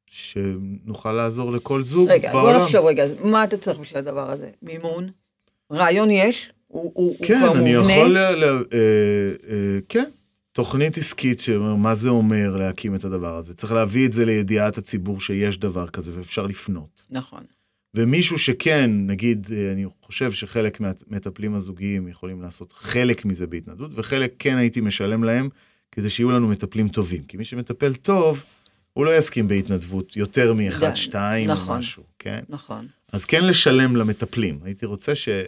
Speaker 3: שנוכל לעזור לכל זוג
Speaker 2: רגע,
Speaker 3: בעולם.
Speaker 2: בוא נחשוב רגע, אז מה אתה צריך בשביל הדבר הזה? מימון? רעיון יש? הוא הוא- הוא
Speaker 3: כן,
Speaker 2: כבר
Speaker 3: אני יכול... ל...
Speaker 2: מובנה?
Speaker 3: ל... אה, אה, כן, תוכנית עסקית שאומר מה זה אומר להקים את הדבר הזה. צריך להביא את זה לידיעת הציבור שיש דבר כזה ואפשר לפנות.
Speaker 2: נכון.
Speaker 3: ומישהו שכן, נגיד, אה, אני חושב שחלק מהמטפלים הזוגיים יכולים לעשות חלק מזה בהתנדבות, וחלק כן הייתי משלם להם כדי שיהיו לנו מטפלים טובים. כי מי שמטפל טוב, הוא לא יסכים בהתנדבות יותר מאחד,
Speaker 2: די,
Speaker 3: שתיים
Speaker 2: נכון.
Speaker 3: או משהו, כן?
Speaker 2: נכון.
Speaker 3: אז כן לשלם למטפלים. הייתי רוצה שיהיה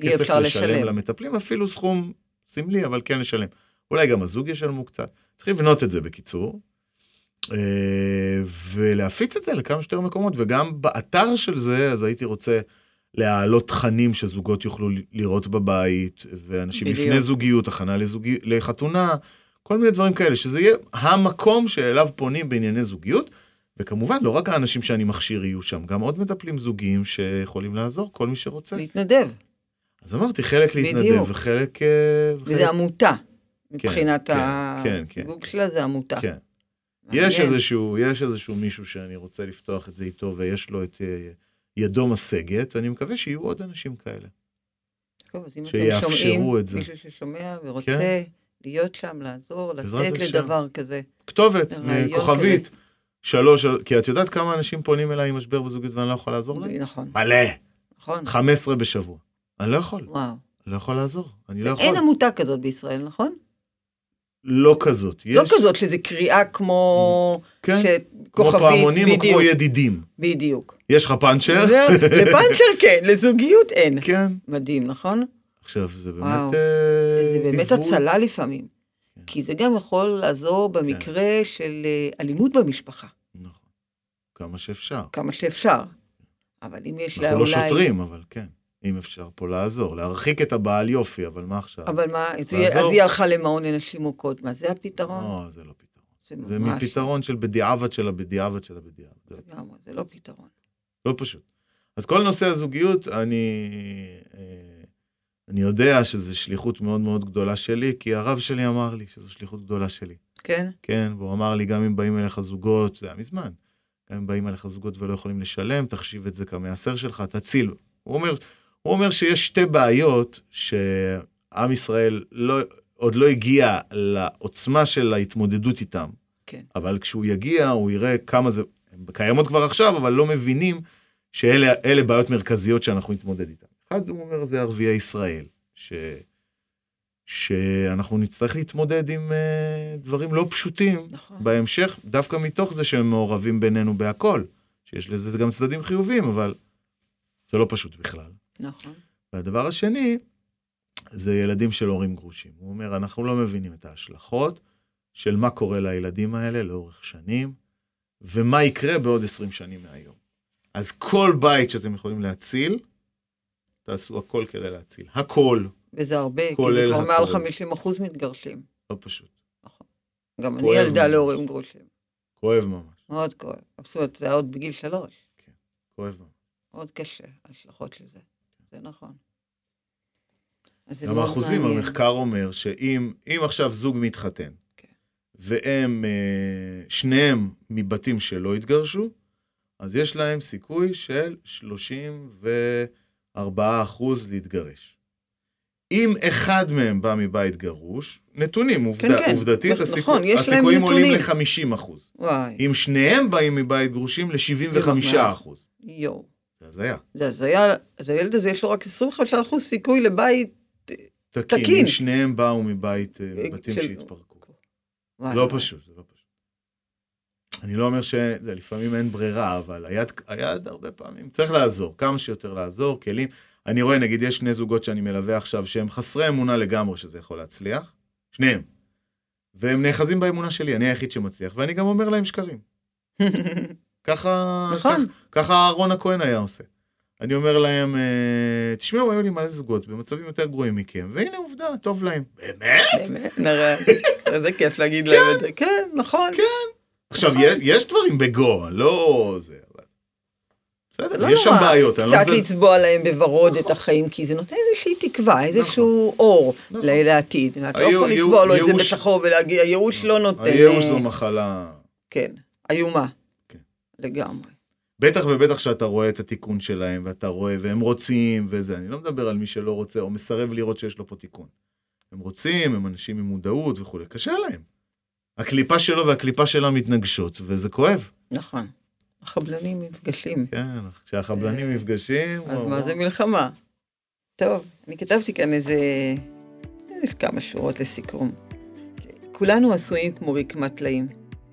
Speaker 3: כסף
Speaker 2: אפשר
Speaker 3: לשלם,
Speaker 2: לשלם.
Speaker 3: למטפלים, אפילו סכום סמלי, אבל כן לשלם. אולי גם הזוג ישלמו קצת. צריך לבנות את זה בקיצור, אה, ולהפיץ את זה לכמה שיותר מקומות, וגם באתר של זה, אז הייתי רוצה להעלות תכנים שזוגות יוכלו ל- לראות בבית, ואנשים
Speaker 2: בדיוק.
Speaker 3: לפני זוגיות, הכנה לזוגי, לחתונה, כל מיני דברים כאלה, שזה יהיה המקום שאליו פונים בענייני זוגיות. וכמובן, לא רק האנשים שאני מכשיר יהיו שם, גם עוד מטפלים זוגיים שיכולים לעזור, כל מי שרוצה.
Speaker 2: להתנדב.
Speaker 3: אז אמרתי, חלק להתנדב
Speaker 2: בדיוק.
Speaker 3: וחלק... אה,
Speaker 2: וזה
Speaker 3: וחלק-
Speaker 2: עמותה. מבחינת
Speaker 3: כן, כן, כן.
Speaker 2: הסיווג שלה זה עמותה.
Speaker 3: כן.
Speaker 2: מעניין.
Speaker 3: יש איזשהו, יש איזשהו מישהו שאני רוצה לפתוח את זה איתו, ויש לו את אה, ידו משגת, ואני מקווה שיהיו עוד אנשים כאלה.
Speaker 2: טוב, אז אם אתם
Speaker 3: שיאפשרו
Speaker 2: שומעים
Speaker 3: את זה.
Speaker 2: מישהו ששומע ורוצה
Speaker 3: כן.
Speaker 2: להיות שם, לעזור,
Speaker 3: בעזרת
Speaker 2: לתת
Speaker 3: השם.
Speaker 2: לדבר כזה.
Speaker 3: כתובת, אה,
Speaker 2: רעיון
Speaker 3: כוכבית, שלוש, אה, כי את יודעת כמה אנשים פונים אליי עם משבר בזוגיות ואני לא יכול לעזור להם?
Speaker 2: נכון,
Speaker 3: מלא.
Speaker 2: נכון.
Speaker 3: 15 בשבוע. אני לא יכול,
Speaker 2: וואו.
Speaker 3: לא יכול לעזור. אני לא יכול.
Speaker 2: אין עמותה כזאת בישראל, נכון?
Speaker 3: לא כזאת.
Speaker 2: לא
Speaker 3: יש-
Speaker 2: כזאת שזה קריאה כמו...
Speaker 3: כן. כמו
Speaker 2: שכוכבית,
Speaker 3: פעמונים או כן.
Speaker 2: בדיוק.
Speaker 3: כמו ידידים.
Speaker 2: בדיוק.
Speaker 3: יש לך פאנצ'ר?
Speaker 2: זהו, לפאנצ'ר כן, לזוגיות אין.
Speaker 3: כן.
Speaker 2: מדהים, נכון?
Speaker 3: עכשיו, זה באמת...
Speaker 2: וואו.
Speaker 3: אה, כן.
Speaker 2: זה באמת
Speaker 3: ליווי.
Speaker 2: הצלה לפעמים. כי זה גם יכול לעזור
Speaker 3: כן.
Speaker 2: במקרה של אה, אלימות במשפחה,
Speaker 3: נכון. כמה שאפשר.
Speaker 2: כמה שאפשר. אבל אם יש לה
Speaker 3: אנחנו לא
Speaker 2: אולי...
Speaker 3: שוטרים, אבל כן. אם אפשר פה לעזור, להרחיק את הבעל יופי, אבל מה עכשיו?
Speaker 2: אבל מה, אז היא-
Speaker 3: לעזור.
Speaker 2: אז היא הלכה למעון לנשים מוכות, מה זה הפתרון?
Speaker 3: לא, זה לא פתרון.
Speaker 2: זה
Speaker 3: זה
Speaker 2: ממש...
Speaker 3: מפתרון של בדיעבד של הבדיעבד של הבדיעבד. זה לא-
Speaker 2: לגמרי, זה לא פתרון.
Speaker 3: לא פשוט. אז כל נושא הזוגיות, אני, אה, אני יודע שזו שליחות מאוד מאוד גדולה שלי, כי הרב שלי אמר לי שזו שליחות גדולה שלי.
Speaker 2: כן?
Speaker 3: כן, והוא אמר לי, גם אם באים אליך זוגות, זה היה מזמן, גם אם באים אליך זוגות ולא יכולים לשלם, תחשיב את זה כמעשר שלך, תציל. הוא אומר, הוא אומר שיש שתי בעיות שעם ישראל לא, עוד לא הגיע לעוצמה של ההתמודדות איתם.
Speaker 2: כן.
Speaker 3: אבל כשהוא יגיע, הוא יראה כמה זה, הן קיימות כבר עכשיו, אבל לא מבינים שאלה אלה בעיות מרכזיות שאנחנו נתמודד איתן. אחד, הוא אומר, זה ערביי ישראל, ש... שאנחנו נצטרך להתמודד עם uh, דברים לא פשוטים
Speaker 2: נכון.
Speaker 3: בהמשך, דווקא מתוך זה שהם מעורבים בינינו בהכל, שיש לזה גם צדדים חיוביים, אבל זה לא פשוט בכלל.
Speaker 2: נכון.
Speaker 3: והדבר השני, זה ילדים של הורים גרושים. הוא אומר, אנחנו לא מבינים את ההשלכות של מה קורה לילדים האלה לאורך שנים, ומה יקרה בעוד 20 שנים מהיום. אז כל בית שאתם יכולים להציל, תעשו הכל כדי להציל. הכל.
Speaker 2: וזה הרבה, כי זה
Speaker 3: כולל
Speaker 2: כבר מעל
Speaker 3: הכל.
Speaker 2: 50 אחוז מתגרשים.
Speaker 3: לא פשוט.
Speaker 2: גם אני
Speaker 3: כואב
Speaker 2: ילדה
Speaker 3: מאוד.
Speaker 2: להורים גרושים.
Speaker 3: כואב ממש.
Speaker 2: מאוד כואב. זאת אומרת, זה היה עוד בגיל שלוש.
Speaker 3: כואב ממש.
Speaker 2: מאוד קשה, ההשלכות של זה. זה נכון. אז זה
Speaker 3: גם
Speaker 2: מאוד
Speaker 3: האחוזים,
Speaker 2: מעניין.
Speaker 3: המחקר אומר שאם אם עכשיו זוג מתחתן,
Speaker 2: כן.
Speaker 3: והם, אה, שניהם מבתים שלא התגרשו, אז יש להם סיכוי של 34 אחוז להתגרש. אם אחד מהם בא מבית גרוש, נתונים, עובדה,
Speaker 2: כן,
Speaker 3: עובדתית,
Speaker 2: נכון,
Speaker 3: הסיכו...
Speaker 2: יש להם
Speaker 3: הסיכויים עולים
Speaker 2: נתונים.
Speaker 3: ל-50 אחוז.
Speaker 2: וואי,
Speaker 3: אם שניהם באים מבית גרושים, ל-75 אחוז.
Speaker 2: יואו.
Speaker 3: זה הזיה.
Speaker 2: זה הזיה, אז הילד הזה יש לו רק 25 אחוז סיכוי לבית.
Speaker 3: תקין.
Speaker 2: תקין.
Speaker 3: אם שניהם באו מבית, אה, מבתים
Speaker 2: של-
Speaker 3: שהתפרקו.
Speaker 2: וואי,
Speaker 3: לא
Speaker 2: וואי.
Speaker 3: פשוט, זה לא פשוט. אני לא אומר שזה, לפעמים אין ברירה, אבל היד, היד הרבה פעמים, צריך לעזור, כמה שיותר לעזור, כלים. אני רואה, נגיד, יש שני זוגות שאני מלווה עכשיו שהם חסרי אמונה לגמרי שזה יכול להצליח, שניהם. והם נאחזים באמונה שלי, אני היחיד שמצליח, ואני גם אומר להם שקרים. ככה,
Speaker 2: *laughs* נכון.
Speaker 3: ככה- ככה אהרון הכהן היה עושה. אני אומר להם, אה, תשמעו, היו לי מלא זוגות במצבים יותר גרועים מכם, והנה עובדה, טוב להם. באמת?
Speaker 2: באמת, נראה. איזה כיף להגיד להם את זה. כן, נכון.
Speaker 3: כן. עכשיו, יש, יש דברים בגו, לא זה, אבל...
Speaker 2: זה
Speaker 3: בסדר,
Speaker 2: לא
Speaker 3: יש שם
Speaker 2: נורא.
Speaker 3: בעיות, אני לא
Speaker 2: קצת
Speaker 3: מזלזל.
Speaker 2: לצבוע להם בוורוד את החיים, כי זה נותן איזושהי תקווה, איזשהו אור
Speaker 3: נכון.
Speaker 2: ל- לעתיד. אתה לא
Speaker 3: היו-
Speaker 2: יכול
Speaker 3: היו-
Speaker 2: לצבוע לו את זה
Speaker 3: ייאוש-
Speaker 2: בשחור ולהגיד, הייאוש לא נותן.
Speaker 3: הייאוש
Speaker 2: אה,
Speaker 3: זו מחלה,
Speaker 2: כן, איומה.
Speaker 3: כן.
Speaker 2: לגמרי.
Speaker 3: בטח ובטח שאתה רואה את התיקון שלהם, ואתה רואה, והם רוצים, וזה, אני לא מדבר על מי שלא רוצה, או מסרב לראות שיש לו פה תיקון. הם רוצים, הם אנשים עם מודעות וכולי, קשה להם. הקליפה שלו והקליפה שלה מתנגשות, וזה כואב.
Speaker 2: נכון. החבלנים נפגשים.
Speaker 3: כן, כשהחבלנים נפגשים...
Speaker 2: אה, אז
Speaker 3: וואו,
Speaker 2: מה
Speaker 3: וואו.
Speaker 2: זה מלחמה? טוב, אני כתבתי כאן איזה... יש כמה שורות לסיכום. כולנו עשויים כמו רקמת טלאים,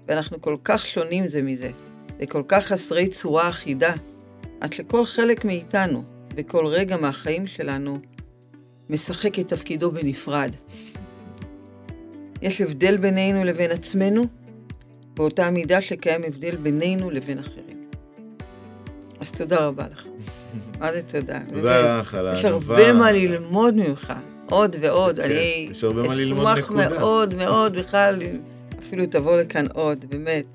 Speaker 2: ואנחנו כל כך שונים זה מזה, וכל כך חסרי צורה אחידה, עד שכל חלק מאיתנו, וכל רגע מהחיים שלנו, משחק את תפקידו בנפרד. יש הבדל בינינו לבין עצמנו, באותה המידה שקיים הבדל בינינו לבין אחרים. אז תודה רבה
Speaker 3: *laughs*
Speaker 2: לך. מה זה תודה? באמת.
Speaker 3: תודה לך על
Speaker 2: יש
Speaker 3: הענווה.
Speaker 2: הרבה מה ללמוד ממך, עוד ועוד.
Speaker 3: כן,
Speaker 2: אני
Speaker 3: יש הרבה מה ללמוד,
Speaker 2: אשמח
Speaker 3: נקודה.
Speaker 2: מאוד מאוד בכלל, אם אפילו תבוא לכאן עוד, באמת.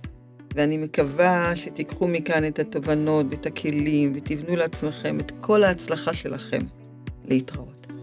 Speaker 2: ואני מקווה שתיקחו מכאן את התובנות ואת הכלים ותבנו לעצמכם את כל ההצלחה שלכם להתראות.